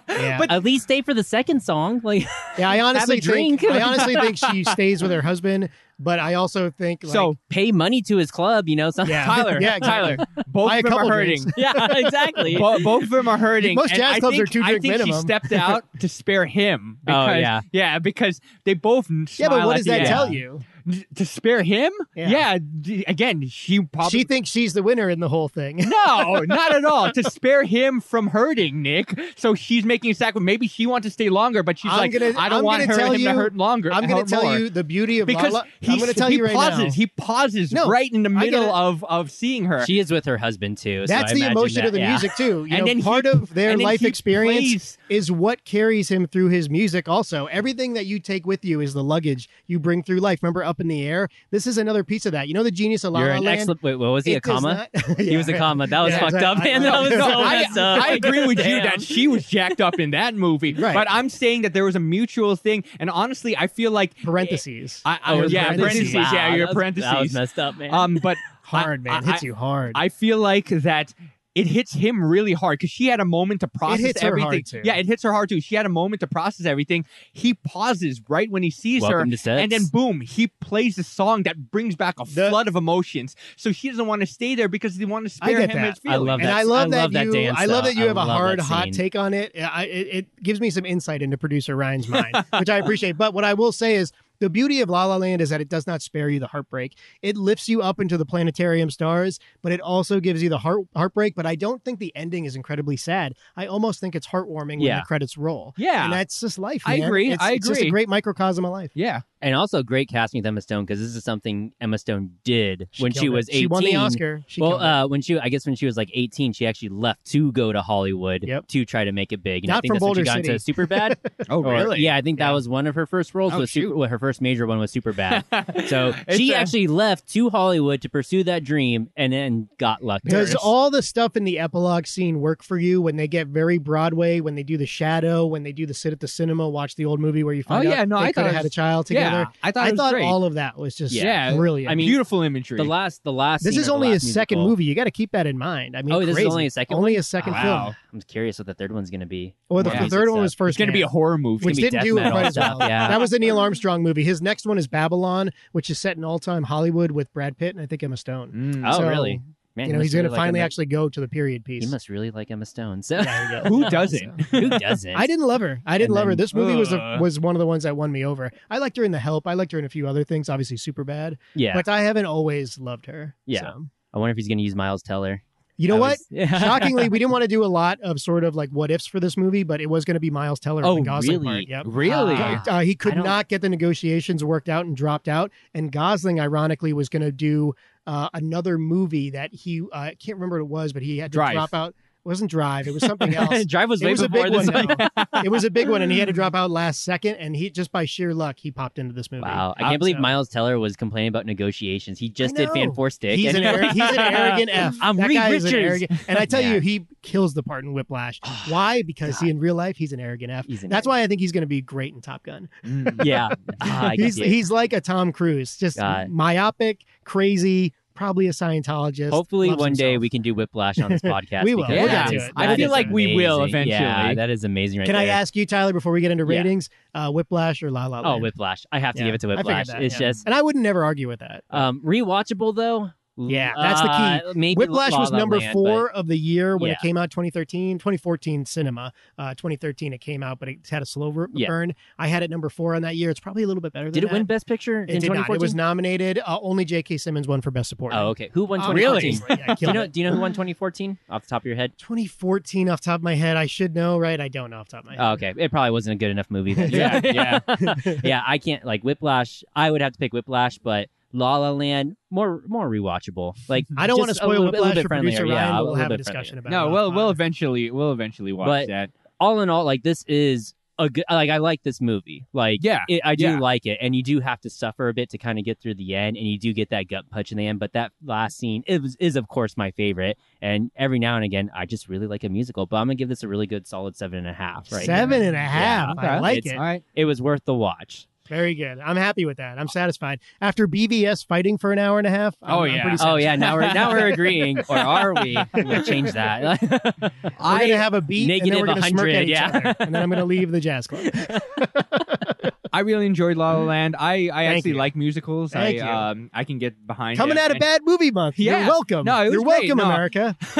Speaker 3: Yeah.
Speaker 2: But-
Speaker 1: At least stay for the second song. Like,
Speaker 3: yeah, I honestly
Speaker 1: drink.
Speaker 3: think I honestly think she stays with her husband, but I also think like,
Speaker 2: so
Speaker 1: pay money to his club, you know, something.
Speaker 3: yeah,
Speaker 2: Tyler,
Speaker 3: yeah,
Speaker 2: Tyler, both
Speaker 3: Buy a
Speaker 2: of them are
Speaker 3: couple
Speaker 2: hurting.
Speaker 3: drinks.
Speaker 1: Yeah, exactly.
Speaker 2: Bo- both of them are hurting.
Speaker 3: Most
Speaker 2: and
Speaker 3: jazz
Speaker 2: I
Speaker 3: clubs
Speaker 2: think,
Speaker 3: are two
Speaker 2: I
Speaker 3: drink
Speaker 2: think she
Speaker 3: minimum.
Speaker 2: stepped out to spare him.
Speaker 1: Oh,
Speaker 2: Because,
Speaker 1: yeah.
Speaker 2: yeah, because they both.
Speaker 3: Yeah, but
Speaker 2: smile
Speaker 3: what
Speaker 2: at
Speaker 3: does
Speaker 2: the
Speaker 3: that
Speaker 2: end.
Speaker 3: tell you?
Speaker 2: N- To spare him?
Speaker 3: Yeah.
Speaker 2: d- again, she probably.
Speaker 3: She thinks she's the winner in the whole thing.
Speaker 2: no, not at all. To spare him from hurting Nick, so she's making a sacrifice. Maybe she wants to stay longer, but she's
Speaker 3: I'm
Speaker 2: like,
Speaker 3: gonna-
Speaker 2: I don't
Speaker 3: I'm
Speaker 2: want
Speaker 3: gonna
Speaker 2: her
Speaker 3: tell
Speaker 2: him to
Speaker 3: you-
Speaker 2: hurt longer.
Speaker 3: I'm going
Speaker 2: hurt
Speaker 3: to tell
Speaker 2: more.
Speaker 3: you the beauty of
Speaker 2: because
Speaker 3: Lala.
Speaker 2: he,
Speaker 3: I'm going to tell
Speaker 2: he
Speaker 3: you right
Speaker 2: pauses.
Speaker 3: now.
Speaker 2: He pauses
Speaker 3: No,
Speaker 2: right in the
Speaker 3: I get
Speaker 2: middle
Speaker 3: it.
Speaker 2: of of seeing her.
Speaker 1: She is with her husband too. so
Speaker 3: That's
Speaker 1: I
Speaker 3: the
Speaker 1: imagine
Speaker 3: emotion
Speaker 1: that-
Speaker 3: of the
Speaker 1: yeah.
Speaker 3: music too. You
Speaker 2: And
Speaker 3: know,
Speaker 2: then he-
Speaker 3: part of their
Speaker 2: and then
Speaker 3: life
Speaker 2: he
Speaker 3: experience
Speaker 2: plays-
Speaker 3: is what carries him through his music. Also, everything that you take with you is the luggage you bring through life. Remember, up in the air. This is another piece of that. You know, the genius of La
Speaker 1: You're
Speaker 3: La
Speaker 1: an
Speaker 3: Land.
Speaker 1: excellent. Wait, what was he?
Speaker 3: It
Speaker 1: a
Speaker 3: does
Speaker 1: comma?
Speaker 3: not-
Speaker 1: He was a
Speaker 3: Yeah.
Speaker 1: comma. That was
Speaker 3: Yeah,
Speaker 1: fucked up,
Speaker 3: exactly.
Speaker 1: man. That was so
Speaker 3: No,
Speaker 2: I,
Speaker 1: messed up.
Speaker 2: I agree with you
Speaker 1: Damn.
Speaker 2: that she was jacked up in that movie,
Speaker 3: uh, Right.
Speaker 2: but I'm saying that there was a mutual thing. And honestly, I feel like
Speaker 3: Parentheses.
Speaker 2: I,
Speaker 1: Oh,
Speaker 2: I
Speaker 1: it
Speaker 2: was
Speaker 1: was
Speaker 2: yeah,
Speaker 3: parentheses.
Speaker 2: parentheses, yeah,
Speaker 1: Wow,
Speaker 2: your
Speaker 1: that was-
Speaker 2: parentheses.
Speaker 1: That was messed up, man.
Speaker 3: Uh,
Speaker 2: um, but
Speaker 3: hard
Speaker 2: I-
Speaker 3: man
Speaker 2: I-
Speaker 3: hits you hard.
Speaker 2: I feel like that it hits him really hard because she had a moment to process
Speaker 3: hits her
Speaker 2: everything.
Speaker 3: hard, too.
Speaker 2: Yeah, it hits her hard too. She had a moment to process everything. He pauses right when he sees
Speaker 1: Welcome to
Speaker 2: her,
Speaker 1: sex.
Speaker 2: and then boom, he plays a song that brings back a
Speaker 3: The-
Speaker 2: flood of emotions. So she doesn't want to stay there because they want to
Speaker 3: I
Speaker 2: spare him
Speaker 3: get that.
Speaker 2: his
Speaker 1: I
Speaker 2: feelings.
Speaker 1: love
Speaker 3: and
Speaker 1: that-
Speaker 3: I love
Speaker 1: I
Speaker 3: that
Speaker 1: love that
Speaker 3: you.
Speaker 1: dance,
Speaker 3: I love
Speaker 1: though.
Speaker 3: that you
Speaker 1: I
Speaker 3: have a
Speaker 1: love that
Speaker 3: hard, hot
Speaker 1: scene.
Speaker 3: take on it. I, it. It gives me some insight into producer Ryan's mind, which I appreciate. But what I will say is. The beauty of La La Land is that it does not spare you the heartbreak. It lifts you up into the planetarium stars, but it also gives you the heart heartbreak. But I don't think the ending is incredibly sad. I almost think it's heartwarming when
Speaker 1: Yeah.
Speaker 3: the credits roll.
Speaker 2: Yeah.
Speaker 3: and that's just life.
Speaker 2: I
Speaker 3: man.
Speaker 2: agree.
Speaker 3: It's,
Speaker 2: I
Speaker 3: It's just a
Speaker 2: agree.
Speaker 3: great microcosm of life.
Speaker 2: Yeah,
Speaker 1: and also great casting with Emma Stone because this is something Emma Stone did
Speaker 3: She
Speaker 1: when she
Speaker 3: killed it.
Speaker 1: was 18.
Speaker 3: she won the Oscar. She
Speaker 1: well,
Speaker 3: killed it.
Speaker 1: uh, when she, I guess when she was like 18, she actually left to go to Hollywood
Speaker 3: Yep.
Speaker 1: to try to make it big. And I
Speaker 3: Not
Speaker 1: think
Speaker 3: from
Speaker 1: that's when she
Speaker 3: Boulder
Speaker 1: got into Super Bad.
Speaker 2: Oh, really?
Speaker 1: yeah, I think that was one of her first roles.
Speaker 2: Oh,
Speaker 1: was super,
Speaker 2: shoot.
Speaker 1: well, her first major one was Super Bad. so
Speaker 2: It's
Speaker 1: she
Speaker 2: a-
Speaker 1: actually left to Hollywood to pursue that dream and then got lucky.
Speaker 3: Does all the stuff in the epilogue scene work for you when they get very Broadway, when they do the shadow, when they do the sit at the cinema, watch the old movie where you find
Speaker 2: yeah,
Speaker 3: out
Speaker 2: no,
Speaker 3: they
Speaker 2: I
Speaker 3: could
Speaker 2: thought
Speaker 3: have
Speaker 2: it
Speaker 3: had a
Speaker 2: was-
Speaker 3: child
Speaker 2: yeah.
Speaker 3: together?
Speaker 2: I thought
Speaker 3: I
Speaker 2: it was
Speaker 3: thought
Speaker 2: great.
Speaker 3: all of that was just
Speaker 2: Yeah.
Speaker 3: brilliant.
Speaker 1: I mean,
Speaker 2: beautiful imagery.
Speaker 1: the last, the last.
Speaker 3: this
Speaker 1: scene
Speaker 3: is
Speaker 1: of the
Speaker 3: only
Speaker 1: last
Speaker 3: his second
Speaker 1: musical-
Speaker 3: movie. You got to keep that in mind. I mean,
Speaker 1: Oh, this is
Speaker 3: crazy.
Speaker 1: only his second
Speaker 3: Only
Speaker 1: one?
Speaker 3: his second
Speaker 2: Wow.
Speaker 3: film.
Speaker 1: I'm curious what the third one's going to be.
Speaker 3: Well, the,
Speaker 2: Wow.
Speaker 3: the third one was first.
Speaker 2: it's going to be
Speaker 3: Man.
Speaker 2: a horror movie.
Speaker 1: gonna
Speaker 3: which
Speaker 1: be
Speaker 3: didn't
Speaker 1: death
Speaker 3: do it
Speaker 1: metal
Speaker 3: quite as
Speaker 1: stuff,
Speaker 3: well.
Speaker 1: yeah.
Speaker 3: That was the Neil Armstrong movie. His next one is Babylon, which is set in all-time Hollywood with Brad Pitt and I think Emma Stone.
Speaker 2: Mm.
Speaker 1: Oh,
Speaker 3: So,
Speaker 1: really? Man,
Speaker 3: you
Speaker 1: he
Speaker 3: know,
Speaker 1: must
Speaker 3: he's going to
Speaker 1: really like
Speaker 3: finally
Speaker 1: Emma-
Speaker 3: actually go to the period piece.
Speaker 1: He must really like Emma Stone. So
Speaker 3: There you go.
Speaker 2: Who
Speaker 3: So-
Speaker 2: doesn't?
Speaker 1: who doesn't?
Speaker 3: I didn't love her. I didn't
Speaker 1: And
Speaker 3: love her.
Speaker 1: then- uh,
Speaker 3: This movie was a,
Speaker 2: Ugh.
Speaker 3: was one of the ones that won me over. I liked her in The Help. I liked her in a few other things. Obviously, super bad.
Speaker 1: Yeah.
Speaker 3: But I haven't always loved her.
Speaker 1: Yeah.
Speaker 3: So.
Speaker 1: I wonder if he's going to use Miles Teller.
Speaker 3: You know
Speaker 1: I
Speaker 3: what?
Speaker 1: was- Yeah.
Speaker 3: Shockingly, we didn't want to do a lot of sort of like what ifs for this movie, but it was going to be Miles Teller. and
Speaker 1: Oh,
Speaker 3: the Gosling
Speaker 1: really?
Speaker 3: Part. Yep.
Speaker 2: Really?
Speaker 1: Ah.
Speaker 3: Uh, he could
Speaker 1: I don't-
Speaker 3: not get the negotiations worked out and dropped out. And Gosling, ironically, was going to do uh, another movie that he uh, I can't remember what it was, but he had to
Speaker 2: Drive.
Speaker 3: drop out. It wasn't Drive. It was something else.
Speaker 1: Drive was
Speaker 3: It
Speaker 1: way
Speaker 3: was a
Speaker 1: before
Speaker 3: big
Speaker 1: this.
Speaker 3: one. though. it was a big one, and he had to drop out last second. And he just by sheer luck, he popped into this movie.
Speaker 1: Wow, I can't
Speaker 3: Um,
Speaker 1: believe
Speaker 3: so-
Speaker 1: Miles Teller was complaining about negotiations. He just did
Speaker 3: know.
Speaker 1: Fan Four Stick.
Speaker 3: He's an,
Speaker 1: and-
Speaker 3: arro- he's an arrogant F.
Speaker 1: I'm
Speaker 3: that
Speaker 1: Reed
Speaker 3: guy is an
Speaker 1: Richards.
Speaker 3: arrogant- and I tell
Speaker 1: Yeah.
Speaker 3: you, he kills the part in Whiplash. Why? Because he in real life he's an arrogant F.
Speaker 1: He's an
Speaker 3: That's why I think he's going to be great in Top Gun.
Speaker 1: yeah, Ah, I
Speaker 3: he's
Speaker 1: guess
Speaker 3: he's like a Tom Cruise, just
Speaker 1: Got it.
Speaker 3: myopic, crazy, probably a Scientologist.
Speaker 1: Hopefully,
Speaker 3: loves
Speaker 1: one day
Speaker 3: himself.
Speaker 1: we can do Whiplash on this podcast.
Speaker 3: We will.
Speaker 1: because
Speaker 2: We'll
Speaker 1: that
Speaker 2: get to
Speaker 1: is-
Speaker 3: it.
Speaker 1: that
Speaker 3: I feel
Speaker 1: is
Speaker 3: like
Speaker 2: we will
Speaker 1: amazing. Yeah,
Speaker 2: eventually.
Speaker 1: that is amazing. Right
Speaker 3: Can I
Speaker 1: there.
Speaker 3: ask you, Tyler, before we get into
Speaker 1: Yeah.
Speaker 3: ratings, uh, Whiplash or La La Land?
Speaker 1: Oh, Whiplash! I have to
Speaker 3: Yeah,
Speaker 1: give it to
Speaker 3: I figured
Speaker 1: Whiplash.
Speaker 3: that,
Speaker 1: it's
Speaker 3: yeah.
Speaker 1: just
Speaker 3: and I would never argue with that.
Speaker 1: um, rewatchable though.
Speaker 3: Yeah, that's the key.
Speaker 1: Uh, maybe
Speaker 3: Whiplash
Speaker 1: La
Speaker 3: was
Speaker 1: La
Speaker 3: number
Speaker 1: Land,
Speaker 3: four of the year when
Speaker 1: Yeah.
Speaker 3: it came out 2013, 2014 cinema. Uh, 2013 it came out, but it had a slow r-
Speaker 1: Yeah.
Speaker 3: burn. I had it number four on that year. It's probably a little bit better
Speaker 1: but
Speaker 3: than
Speaker 1: Did it win
Speaker 3: that.
Speaker 1: Best Picture
Speaker 3: It
Speaker 1: in
Speaker 3: did not.
Speaker 1: 2014?
Speaker 3: It was nominated. Uh, only J.K. Simmons won for Best Supporting.
Speaker 1: Oh, okay. Who won
Speaker 3: Uh,
Speaker 1: 2014?
Speaker 3: obviously, yeah,
Speaker 1: Do you
Speaker 3: killed
Speaker 1: know?
Speaker 3: it.
Speaker 1: Do you know who won 2014 off the top of your head?
Speaker 3: 2014 off the top of my head. I should know, right? I don't know off the top of my head.
Speaker 1: Oh, okay, it probably wasn't a good enough movie. Then.
Speaker 2: Yeah,
Speaker 1: yeah, yeah. I can't like Whiplash. I would have to pick Whiplash, but La La Land more more rewatchable. Like
Speaker 3: I don't want to
Speaker 1: just a
Speaker 3: spoil
Speaker 1: little,
Speaker 3: Whiplash
Speaker 1: little bit
Speaker 3: for
Speaker 1: friendlier.
Speaker 3: producer
Speaker 1: yeah,
Speaker 3: Ryan,
Speaker 1: a
Speaker 3: but we'll
Speaker 1: little
Speaker 3: have a
Speaker 1: bit
Speaker 3: discussion
Speaker 1: friendlier.
Speaker 2: no,
Speaker 3: about it. off
Speaker 2: well, we'll
Speaker 3: pod.
Speaker 2: eventually, we'll eventually watch
Speaker 1: But-
Speaker 2: that.
Speaker 1: All in all, like this is a good. Like I like this movie. Like
Speaker 2: Yeah,
Speaker 1: it, I do
Speaker 2: yeah.
Speaker 1: like it, and you do have to suffer a bit to kind of get through the end, and you do get that gut punch in the end. But that last scene is is of course my favorite, and every now and again I just really like a musical. But I'm gonna give this a really good solid seven and a half. Right,
Speaker 3: Seven
Speaker 1: here.
Speaker 3: and a half.
Speaker 1: Yeah.
Speaker 3: I like
Speaker 1: It's-
Speaker 3: it.
Speaker 2: All right.
Speaker 1: It was worth the watch.
Speaker 3: Very good. I'm happy with that. I'm satisfied. After BVS fighting for an hour and a half, I'm,
Speaker 2: Oh,
Speaker 3: I'm
Speaker 2: yeah.
Speaker 3: pretty
Speaker 1: Oh yeah, now we're now we're agreeing, or are we? I'm gonna change that.
Speaker 3: We're gonna have a beat and then
Speaker 1: negative
Speaker 3: we're gonna smirk
Speaker 1: 100,
Speaker 3: at each
Speaker 1: yeah.
Speaker 3: other, and then I'm gonna leave the jazz club.
Speaker 2: I really enjoyed La La Land. I, I
Speaker 3: Thank
Speaker 2: actually
Speaker 3: you.
Speaker 2: like musicals.
Speaker 3: Thank you.
Speaker 2: I um I can get behind
Speaker 3: Coming
Speaker 2: it.
Speaker 3: out of
Speaker 2: And-
Speaker 3: bad movie month. You're
Speaker 2: Yeah.
Speaker 3: welcome.
Speaker 2: No, it was
Speaker 3: You're
Speaker 2: great.
Speaker 3: welcome,
Speaker 2: No.
Speaker 3: America.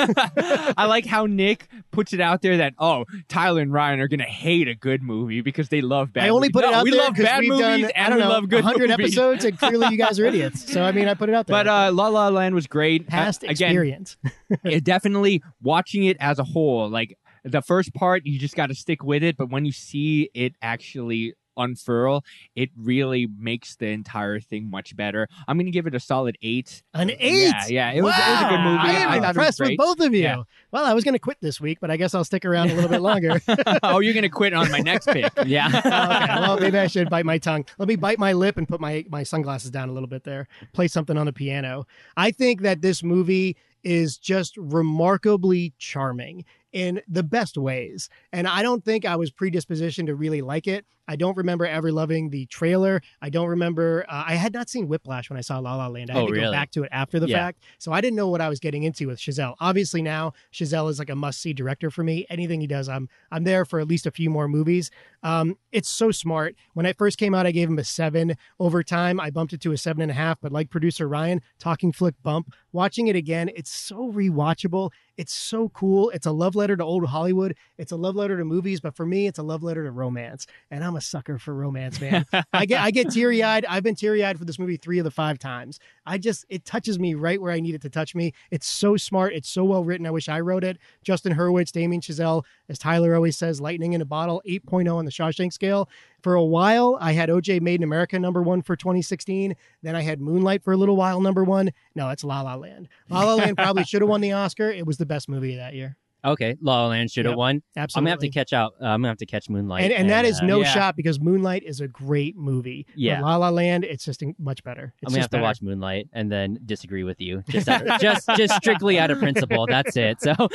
Speaker 2: I like how Nick puts it out there that oh Tyler and Ryan are gonna hate a good movie because they love bad.
Speaker 3: I only
Speaker 2: movies.
Speaker 3: put it
Speaker 2: No,
Speaker 3: out
Speaker 2: we
Speaker 3: there
Speaker 2: love
Speaker 3: 'cause
Speaker 2: bad
Speaker 3: we've
Speaker 2: movies
Speaker 3: done,
Speaker 2: and
Speaker 3: I don't
Speaker 2: we
Speaker 3: know,
Speaker 2: love good
Speaker 3: 100
Speaker 2: movies.
Speaker 3: episodes, and clearly you guys are idiots. So I mean, I put it out there.
Speaker 2: But uh, La La Land was great.
Speaker 3: past
Speaker 2: uh, again,
Speaker 3: experience.
Speaker 2: it definitely watching it as a whole. Like the first part, you just got to stick with it. But when you see it actually unfurl, it really makes the entire thing much better. I'm gonna give it a solid eight.
Speaker 3: An eight.
Speaker 2: Yeah, yeah, it was- it was a good
Speaker 3: Wow.
Speaker 2: movie.
Speaker 3: I am
Speaker 2: I thought it was
Speaker 3: impressed with
Speaker 2: great.
Speaker 3: both of you.
Speaker 2: Yeah.
Speaker 3: Well, I was going to quit this week, but I guess I'll stick around a little bit longer.
Speaker 2: oh, you're gonna quit on my next pick.
Speaker 1: yeah.
Speaker 3: okay, well, maybe I should bite my tongue. Let me bite my lip and put my, my sunglasses down a little bit there. Play something on the piano. I think that this movie is just remarkably charming in the best ways. And I don't think I was predispositioned to really like it. I don't remember ever loving the trailer. I don't remember. Uh, I had not seen Whiplash when I saw La La Land. I had
Speaker 1: Oh,
Speaker 3: to go
Speaker 1: really?
Speaker 3: back to it after the
Speaker 1: Yeah.
Speaker 3: fact. So I didn't know what I was getting into with Chazelle. Obviously now Chazelle is like a must see director for me. Anything he does, I'm I'm there for at least a few more movies. Um, it's so smart. When I first came out, I gave him a seven. Over time, I bumped it to a seven and a half. But like producer Ryan, talking flick bump. Watching it again, it's so rewatchable. It's so cool. It's a love letter to old Hollywood. It's a love letter to movies, but for me, it's a love letter to romance. And I'm a sucker for romance, man. I get I get teary eyed. I've been teary eyed for this movie three of the five times. I just it touches me right where I need it to touch me. It's so smart. It's so well written. I wish I wrote it. Justin Hurwitz, Damien Chazelle, as Tyler always says, lightning in a bottle, 8.0 on the Shawshank scale. For a while, I had OJ Made in America number one for 2016. Then I had Moonlight for a little while number one. No, it's La La Land. La La Land probably should have won the Oscar. It was the best movie of that year.
Speaker 1: Okay, La La Land should have
Speaker 3: Yep,
Speaker 1: won. I'm
Speaker 3: Absolutely.
Speaker 1: gonna have to catch out. Uh, I'm gonna have to catch Moonlight.
Speaker 3: and, and that is
Speaker 1: uh,
Speaker 3: no
Speaker 2: yeah.
Speaker 3: shot because Moonlight is a great movie. But
Speaker 1: Yeah.
Speaker 3: La La Land, it's just in- much better. It's
Speaker 1: I'm gonna
Speaker 3: just
Speaker 1: have to
Speaker 3: better.
Speaker 1: watch Moonlight and then disagree with you, just out of, just just strictly out of principle. That's it. So, all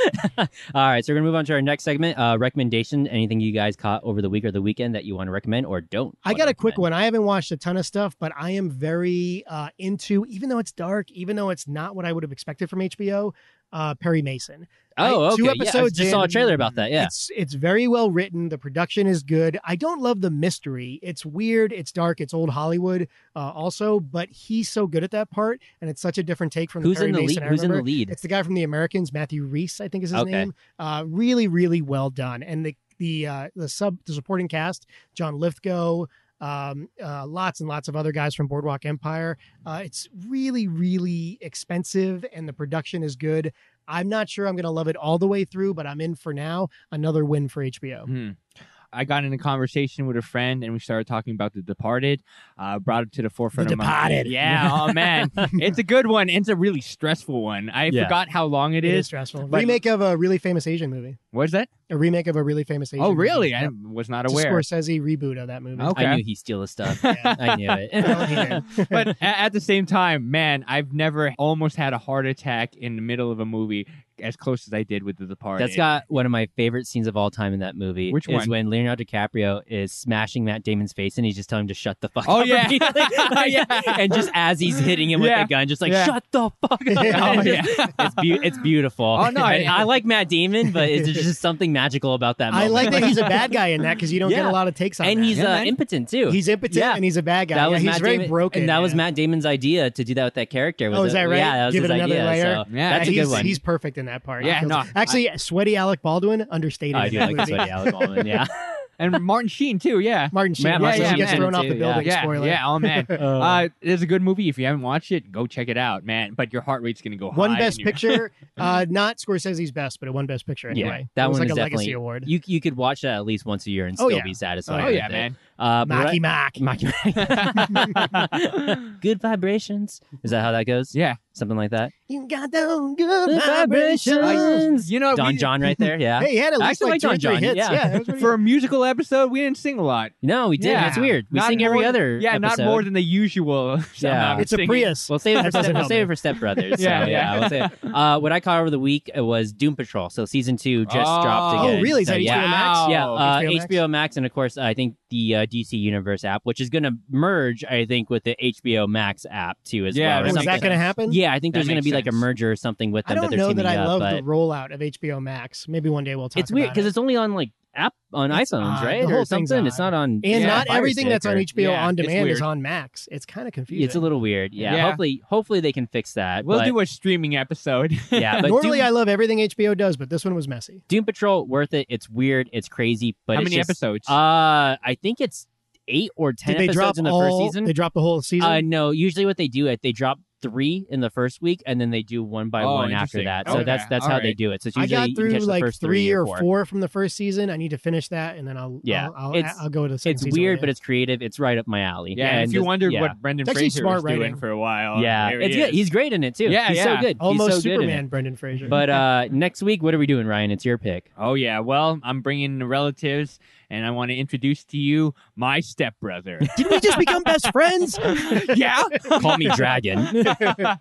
Speaker 1: right. So we're gonna move on to our next segment. Uh, recommendation: Anything you guys caught over the week or the weekend that you want to recommend or don't?
Speaker 3: I
Speaker 1: wanna
Speaker 3: got a quick
Speaker 1: recommend?
Speaker 3: one. I haven't watched a ton of stuff, but I am very uh, into, even though it's dark, even though it's not what I would have expected from HBO, uh, Perry Mason.
Speaker 1: Oh,
Speaker 3: I-
Speaker 1: okay.
Speaker 3: two
Speaker 1: yeah,
Speaker 3: episodes
Speaker 1: I just saw a
Speaker 3: in,
Speaker 1: trailer about that. Yeah.
Speaker 3: It's it's very well written. The production is good. I don't love the mystery. It's weird. It's dark. It's old Hollywood. Uh, also, but he's so good at that part, and it's such a different take from
Speaker 1: Who's
Speaker 3: Perry
Speaker 1: in the
Speaker 3: Mason.
Speaker 1: lead?
Speaker 3: I
Speaker 1: Who's in the
Speaker 3: remember.
Speaker 1: lead?
Speaker 3: It's the guy from The Americans, Matthew Reese, I think is his
Speaker 1: Okay.
Speaker 3: name. Uh, really, really well done. And the the uh, the sub the supporting cast, John Lithgow, um, uh, lots and lots of other guys from Boardwalk Empire. Uh, it's really, really expensive, and the production is good. I'm not sure I'm going to love it all the way through, but I'm in for now. Another win for HBO.
Speaker 2: Hmm. I got in a conversation with a friend and we started talking about The Departed. Uh, brought it to the forefront
Speaker 3: The
Speaker 2: of my
Speaker 3: Departed.
Speaker 2: Yeah, oh man, it's a good one. It's a really stressful one. I
Speaker 1: Yeah.
Speaker 2: forgot how long
Speaker 3: It is stressful.
Speaker 2: but-
Speaker 3: remake of a really famous Asian movie.
Speaker 2: What's that?
Speaker 3: A remake of a really famous Asian.
Speaker 2: Oh, really?
Speaker 3: Movie.
Speaker 2: I
Speaker 3: Yep.
Speaker 2: was not
Speaker 3: It's a
Speaker 2: aware.
Speaker 3: Scorsese reboot of that movie.
Speaker 2: Okay.
Speaker 1: I knew he'd steal his stuff.
Speaker 3: Yeah.
Speaker 1: I knew
Speaker 3: Well, he did.
Speaker 1: it.
Speaker 2: but a- at the same time, man, I've never almost had a heart attack in the middle of a movie as close as I did with The Departed.
Speaker 1: That's got one of my favorite scenes of all time in that movie.
Speaker 2: Which
Speaker 1: Is
Speaker 2: one?
Speaker 1: when Leonardo DiCaprio is smashing Matt Damon's face and he's just telling him to shut the fuck
Speaker 2: Oh,
Speaker 1: up.
Speaker 2: yeah.
Speaker 1: immediately.
Speaker 3: Oh,
Speaker 1: Like,
Speaker 2: Yeah.
Speaker 1: And just as he's hitting him
Speaker 2: Yeah.
Speaker 1: with the gun, just like,
Speaker 2: Yeah.
Speaker 1: shut the fuck up.
Speaker 3: Yeah.
Speaker 1: It's just- it's, beau- it's beautiful.
Speaker 2: Oh, no,
Speaker 1: And
Speaker 2: yeah.
Speaker 1: I like Matt Damon, but it's there's just something magical about that
Speaker 3: I
Speaker 1: moment.
Speaker 3: like that he's a bad guy in that because you don't get
Speaker 1: Yeah.
Speaker 3: a lot of takes on
Speaker 1: And
Speaker 3: that.
Speaker 1: he's
Speaker 2: Yeah,
Speaker 1: uh,
Speaker 2: man.
Speaker 1: impotent, too.
Speaker 3: he's impotent
Speaker 1: Yeah.
Speaker 3: and he's a bad guy.
Speaker 1: that
Speaker 3: Yeah,
Speaker 1: was
Speaker 3: he's
Speaker 1: Matt
Speaker 3: very
Speaker 1: Damon,
Speaker 3: broken.
Speaker 1: and that
Speaker 3: yeah.
Speaker 1: was Matt Damon's idea to do that with that character.
Speaker 3: Oh,
Speaker 1: was
Speaker 3: is
Speaker 1: it-
Speaker 3: that right?
Speaker 1: Yeah, that was
Speaker 3: Give
Speaker 1: his
Speaker 3: it another
Speaker 1: idea.
Speaker 3: layer?
Speaker 1: So
Speaker 2: Yeah.
Speaker 1: that's a
Speaker 3: he's,
Speaker 1: good one.
Speaker 3: He's perfect in that part. He
Speaker 2: Yeah,
Speaker 3: kills
Speaker 2: no,
Speaker 3: it. actually, sweaty Alec Baldwin understated.
Speaker 1: I
Speaker 3: in
Speaker 1: do
Speaker 3: that
Speaker 1: like
Speaker 3: movie.
Speaker 1: sweaty Alec Baldwin. Yeah.
Speaker 2: and Martin Sheen too. Yeah.
Speaker 3: Martin Sheen.
Speaker 1: Matt
Speaker 3: also,
Speaker 2: Martin
Speaker 3: he
Speaker 2: Sheen
Speaker 3: gets
Speaker 2: too,
Speaker 3: thrown off
Speaker 1: yeah.
Speaker 3: the building.
Speaker 2: yeah,
Speaker 3: Spoiler.
Speaker 2: yeah, oh man.
Speaker 1: Uh,
Speaker 2: Uh, it's a good movie. If you haven't watched it, go check it out, man. But your heart rate's gonna go high.
Speaker 3: One
Speaker 2: and
Speaker 3: best
Speaker 2: you're-
Speaker 3: picture, uh, not Scorsese's best, but it won best picture anyway.
Speaker 1: that
Speaker 3: it was
Speaker 1: one
Speaker 3: like
Speaker 1: is
Speaker 3: a legacy
Speaker 1: definitely-
Speaker 3: award.
Speaker 1: You you could watch that at least once a year and
Speaker 3: Oh,
Speaker 1: still
Speaker 3: yeah.
Speaker 1: be satisfied.
Speaker 2: Oh
Speaker 1: with
Speaker 2: yeah,
Speaker 1: it.
Speaker 2: man.
Speaker 1: Uh, but
Speaker 3: Macky Mack.
Speaker 1: right- Maki Maki. Good vibrations. Is that how that goes?
Speaker 2: Yeah.
Speaker 1: something like that.
Speaker 3: You got those good
Speaker 1: The
Speaker 3: vibrations.
Speaker 1: vibrations.
Speaker 2: You know,
Speaker 1: Don
Speaker 2: we-
Speaker 1: John right there. Yeah.
Speaker 3: Hey, he had at
Speaker 1: I
Speaker 3: least
Speaker 1: actually
Speaker 3: like two
Speaker 1: like
Speaker 3: or
Speaker 1: Don
Speaker 3: three
Speaker 1: John,
Speaker 3: hits.
Speaker 1: yeah.
Speaker 3: Yeah, it was pretty
Speaker 2: For a musical episode, we didn't sing a lot.
Speaker 1: No, we did.
Speaker 2: Yeah.
Speaker 1: That's weird. We
Speaker 2: Not
Speaker 1: sing every
Speaker 2: more-
Speaker 1: other.
Speaker 2: Yeah,
Speaker 1: episode.
Speaker 2: not more than the usual. amount of
Speaker 3: good. it's a
Speaker 2: singing.
Speaker 3: Prius.
Speaker 1: We'll save it for,
Speaker 3: That
Speaker 1: step,
Speaker 3: doesn't
Speaker 1: we'll
Speaker 3: help
Speaker 1: save
Speaker 3: me.
Speaker 1: it for Step Brothers. yeah, so,
Speaker 2: Yeah,
Speaker 1: yeah.
Speaker 2: yeah.
Speaker 1: we'll save it. Uh, what I caught over the week was Doom Patrol. So season two just dropped
Speaker 2: Oh,
Speaker 1: again.
Speaker 3: Oh, really? Is
Speaker 1: So,
Speaker 3: that
Speaker 1: yeah.
Speaker 3: HBO Max?
Speaker 2: Wow.
Speaker 1: Yeah,
Speaker 2: Oh,
Speaker 1: uh,
Speaker 3: HBO
Speaker 1: HBO,
Speaker 3: Max?
Speaker 1: Max? and of course I think the uh, DC Universe app, which is going to merge, I think, with the HBO Max app too as well.
Speaker 2: Yeah,
Speaker 1: or
Speaker 3: Oh, is
Speaker 1: something.
Speaker 3: that going to happen?
Speaker 1: Yeah, I think
Speaker 2: That
Speaker 1: there's going to
Speaker 2: makes
Speaker 1: be like a
Speaker 2: sense.
Speaker 1: merger or something with
Speaker 3: I
Speaker 1: them.
Speaker 3: don't
Speaker 1: that they're
Speaker 3: know
Speaker 1: teaming
Speaker 3: that I
Speaker 1: up,
Speaker 3: love
Speaker 1: but
Speaker 3: the rollout of HBO Max. Maybe one day we'll talk.
Speaker 1: it's weird
Speaker 3: because
Speaker 1: because it's only on like app on
Speaker 3: It's
Speaker 1: iPhones,
Speaker 3: odd.
Speaker 1: right,
Speaker 3: The
Speaker 1: or
Speaker 3: whole thing's
Speaker 1: something. It's
Speaker 3: odd.
Speaker 1: not on
Speaker 3: and
Speaker 1: yeah,
Speaker 3: not
Speaker 1: Fire
Speaker 3: everything that's
Speaker 1: Stick
Speaker 3: on
Speaker 1: or-
Speaker 3: HBO
Speaker 2: Yeah,
Speaker 3: on
Speaker 2: it's
Speaker 3: demand is
Speaker 2: weird.
Speaker 3: on Max. It's kind of confusing.
Speaker 1: It's a little weird. Yeah.
Speaker 2: Yeah.
Speaker 1: Hopefully, hopefully they can fix that.
Speaker 2: We'll
Speaker 1: but-
Speaker 2: do a streaming episode.
Speaker 1: Yeah, but
Speaker 3: Normally,
Speaker 1: Doom,
Speaker 3: I love everything HBO does, but this one was messy.
Speaker 1: Doom Patrol worth it. It's weird. It's crazy. But
Speaker 2: How
Speaker 1: it's
Speaker 2: many
Speaker 1: just-
Speaker 2: episodes?
Speaker 1: Uh, I think it's eight or ten
Speaker 3: Did they
Speaker 1: episodes
Speaker 3: drop
Speaker 1: in the
Speaker 3: all?
Speaker 1: first season.
Speaker 3: They dropped the whole season.
Speaker 1: Uh, no, usually what they do is they drop three in the first week, and then they do one by
Speaker 2: Oh,
Speaker 1: one after
Speaker 2: interesting.
Speaker 1: that. So
Speaker 2: Okay,
Speaker 1: that's that's
Speaker 2: all
Speaker 1: how
Speaker 2: right.
Speaker 1: they do it. So it's
Speaker 3: I
Speaker 1: usually
Speaker 3: got
Speaker 1: you can
Speaker 3: through
Speaker 1: catch the
Speaker 3: like
Speaker 1: first
Speaker 3: three, or
Speaker 1: four.
Speaker 3: four. from the first season. I need to finish that, and then I'll
Speaker 1: Yeah,
Speaker 3: I'll, I'll,
Speaker 1: it's-
Speaker 3: I'll go to the second
Speaker 1: It's
Speaker 3: season
Speaker 1: weird,
Speaker 3: with
Speaker 1: but
Speaker 3: it.
Speaker 1: it's creative. It's right up my alley.
Speaker 2: Yeah, and if you
Speaker 1: just-
Speaker 2: wondered
Speaker 1: yeah.
Speaker 2: what Brendan
Speaker 3: It's actually
Speaker 2: Fraser
Speaker 3: smart
Speaker 2: was doing
Speaker 3: writing.
Speaker 2: for a while,
Speaker 1: yeah,
Speaker 2: there
Speaker 1: it's
Speaker 2: he
Speaker 1: good.
Speaker 2: is.
Speaker 1: He's great in it too.
Speaker 2: Yeah,
Speaker 1: he's so
Speaker 2: yeah.
Speaker 1: good.
Speaker 3: almost
Speaker 1: he's so Good in
Speaker 3: Superman,
Speaker 1: it.
Speaker 3: Brendan Fraser.
Speaker 1: But uh, next week, what are we doing, Ryan? It's your pick.
Speaker 2: Oh yeah, well, I'm bringing relatives, and I want to introduce to you my stepbrother.
Speaker 3: did we just become best friends?
Speaker 2: yeah,
Speaker 1: Call me Dragon.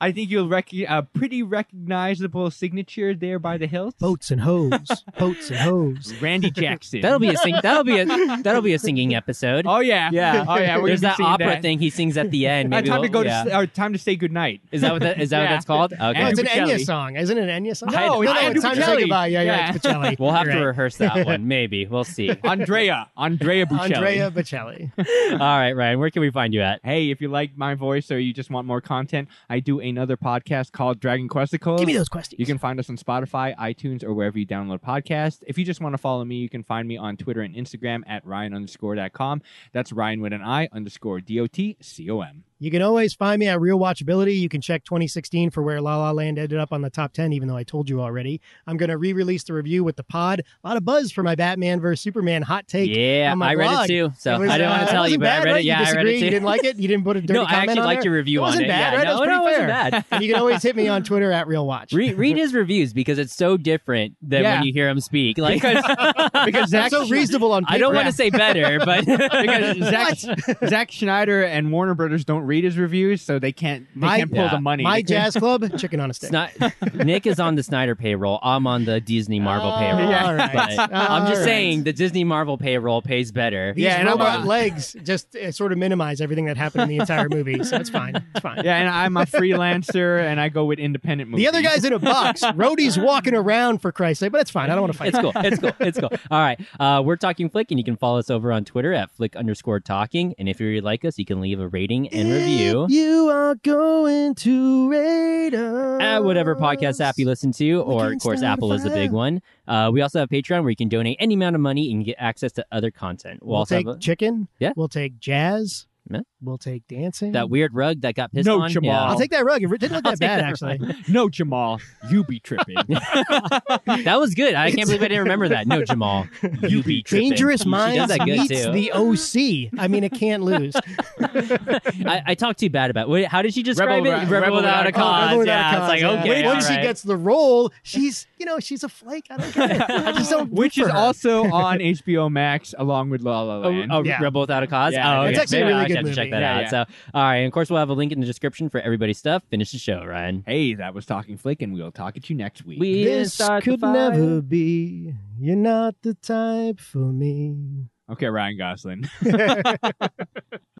Speaker 2: I think you'll rec- a pretty recognizable signature there by the hilt.
Speaker 1: Oh,
Speaker 3: Boats and hose, boats and hose.
Speaker 2: Randy Jackson.
Speaker 1: That'll be a sing- that'll be a that'll be a singing episode.
Speaker 2: oh yeah,
Speaker 1: Yeah.
Speaker 2: oh yeah. We're
Speaker 1: There's
Speaker 2: gonna
Speaker 1: that
Speaker 2: be seeing
Speaker 1: opera
Speaker 2: that.
Speaker 1: thing he sings at the end.
Speaker 2: Uh,
Speaker 1: Maybe
Speaker 2: time
Speaker 1: we'll-
Speaker 2: to go to
Speaker 1: yeah.
Speaker 2: s- or time to say goodnight.
Speaker 1: Is that what that is that
Speaker 2: Yeah.
Speaker 1: what that's called?
Speaker 3: Oh,
Speaker 1: Okay.
Speaker 2: And-
Speaker 3: it's an
Speaker 2: Andrew
Speaker 3: Enya
Speaker 2: Bocelli.
Speaker 3: song, isn't it? An Enya song?
Speaker 2: No,
Speaker 3: oh,
Speaker 2: it's
Speaker 3: no,
Speaker 2: Andrew
Speaker 3: time to say
Speaker 2: Bocelli.
Speaker 3: goodbye. Yeah, yeah,
Speaker 2: Yeah.
Speaker 3: it's Bocelli.
Speaker 1: We'll have
Speaker 3: You're
Speaker 1: to
Speaker 3: right.
Speaker 1: rehearse that one. Maybe we'll see. All
Speaker 2: Andrea, Andrea Bocelli.
Speaker 3: Andrea Bocelli.
Speaker 1: right, Ryan. Where can we find you at?
Speaker 2: Hey, if you like my voice or you just want more content, I do another podcast called Dragon Questicle.
Speaker 3: Give me those questions.
Speaker 2: You can find us on Spotify, iTunes, or wherever you download podcasts. If you just want to follow me, you can find me on Twitter and Instagram at Ryan underscore dot com. That's Ryan with an I underscore D O T C O M.
Speaker 3: You can always find me at Real Watchability. You can check 2016 for where La La Land ended up on the top 10, even though I told you already. I'm going to re release the review with the pod. A lot of buzz for my Batman vs. Superman hot take.
Speaker 1: Yeah,
Speaker 3: on my
Speaker 1: I read
Speaker 3: blog.
Speaker 1: it too. So
Speaker 3: was,
Speaker 1: I didn't
Speaker 3: uh,
Speaker 1: want to
Speaker 3: it
Speaker 1: tell you,
Speaker 3: wasn't
Speaker 1: but I
Speaker 3: bad,
Speaker 1: read
Speaker 3: right?
Speaker 1: it. Yeah,
Speaker 3: you
Speaker 1: I read it
Speaker 3: disagree?
Speaker 1: too.
Speaker 3: You didn't like it? You didn't put a dirty
Speaker 1: no, I
Speaker 3: comment
Speaker 1: actually
Speaker 3: on
Speaker 1: liked
Speaker 3: there?
Speaker 1: your review
Speaker 3: it wasn't
Speaker 1: on it.
Speaker 3: Bad,
Speaker 1: yeah,
Speaker 3: right?
Speaker 1: no,
Speaker 3: It was
Speaker 1: no,
Speaker 3: pretty
Speaker 1: it wasn't
Speaker 3: fair.
Speaker 1: bad.
Speaker 3: And you can always hit me on Twitter at Real Watch.
Speaker 1: Read, read his reviews because it's so different than
Speaker 2: Yeah.
Speaker 1: when you hear him speak. Like
Speaker 2: Because- because Zach,
Speaker 3: That's so reasonable on paper.
Speaker 1: I don't want to say better, but
Speaker 2: because Zach, Zach Schneider and Warner Brothers don't read his reviews, so they can't they
Speaker 3: My-
Speaker 2: can't pull
Speaker 1: yeah.
Speaker 2: the money.
Speaker 3: My
Speaker 2: They can't-
Speaker 3: jazz club, chicken on a
Speaker 1: It's
Speaker 3: stick.
Speaker 1: not. Nick is on the Snyder payroll. I'm on the Disney Marvel
Speaker 3: Oh,
Speaker 1: payroll.
Speaker 3: all right.
Speaker 1: But I'm
Speaker 3: All
Speaker 1: just
Speaker 3: right.
Speaker 1: saying the Disney Marvel payroll pays better.
Speaker 3: These
Speaker 2: Yeah, and I'm
Speaker 3: robot
Speaker 2: on-
Speaker 3: legs just uh, sort of minimize everything that happened in the entire movie, so it's fine. It's fine.
Speaker 2: yeah, and I'm a freelancer, and I go with independent movies.
Speaker 3: The other guy's in a box. Rhodey's walking around for Christ's sake, but it's fine. I don't want to fight.
Speaker 1: It's cool. It's cool. It's cool. All right. Uh, we're talking flick, and you can follow us over on Twitter at flick underscore talking. And if you really like us, you can leave a rating and review
Speaker 3: You are going to Raiders
Speaker 1: at whatever podcast app you listen to, or of
Speaker 3: can't
Speaker 1: course,
Speaker 3: start a
Speaker 1: Apple is the
Speaker 3: fire.
Speaker 1: big one. Uh, we also have Patreon where you can donate any amount of money and get access to other content. We'll,
Speaker 3: We'll,
Speaker 1: also
Speaker 3: take
Speaker 1: have a-
Speaker 3: chicken.
Speaker 1: Yeah.
Speaker 3: We'll take jazz.
Speaker 1: Yeah.
Speaker 3: We'll take dancing.
Speaker 1: that weird rug that got pissed
Speaker 2: No,
Speaker 1: on.
Speaker 2: Jamal.
Speaker 3: I'll take that rug. It didn't look
Speaker 1: I'll
Speaker 3: that
Speaker 1: take
Speaker 3: bad
Speaker 1: that
Speaker 3: actually.
Speaker 2: no Jamal, you be tripping.
Speaker 1: That was good. I can't believe I didn't remember that. No, Jamal, you be tripping.
Speaker 3: Dangerous
Speaker 1: She does
Speaker 3: Minds
Speaker 1: that good,
Speaker 3: meets
Speaker 1: too.
Speaker 3: the OC. I mean, it can't lose.
Speaker 1: I, I talked too bad about. It. Wait, how did she describe
Speaker 2: Rebel
Speaker 1: it?
Speaker 2: Wi-
Speaker 1: Rebel,
Speaker 2: Rebel
Speaker 1: without,
Speaker 2: Without
Speaker 1: a
Speaker 2: a
Speaker 1: cause.
Speaker 3: Oh, Rebel Without a
Speaker 1: yeah,
Speaker 3: Cause,
Speaker 1: it's
Speaker 3: yeah.
Speaker 1: like okay.
Speaker 3: Wait,
Speaker 1: all
Speaker 3: once she
Speaker 1: right.
Speaker 3: gets the role, she's you know she's a flake. I don't care. I just don't. root
Speaker 2: Which
Speaker 3: for
Speaker 2: is
Speaker 3: her.
Speaker 2: also on HBO Max along with La La
Speaker 1: Oh,
Speaker 2: Land.
Speaker 1: oh,
Speaker 3: Yeah.
Speaker 1: Rebel Without a Cause.
Speaker 2: Yeah,
Speaker 1: oh,
Speaker 2: it's
Speaker 1: okay.
Speaker 3: actually a
Speaker 1: Maybe
Speaker 3: really
Speaker 1: I
Speaker 3: good
Speaker 1: should
Speaker 3: movie.
Speaker 1: check that
Speaker 2: Yeah,
Speaker 1: out.
Speaker 2: yeah.
Speaker 1: So, all right, and of course we'll have a link in the description for everybody's stuff. Finish the show, Ryan.
Speaker 2: Hey, that was Talking Flick, and we'll talk at you next week.
Speaker 1: We
Speaker 3: This
Speaker 1: start the
Speaker 3: could
Speaker 1: fire.
Speaker 3: never be. You're not the type for me.
Speaker 2: okay, Ryan Gosling.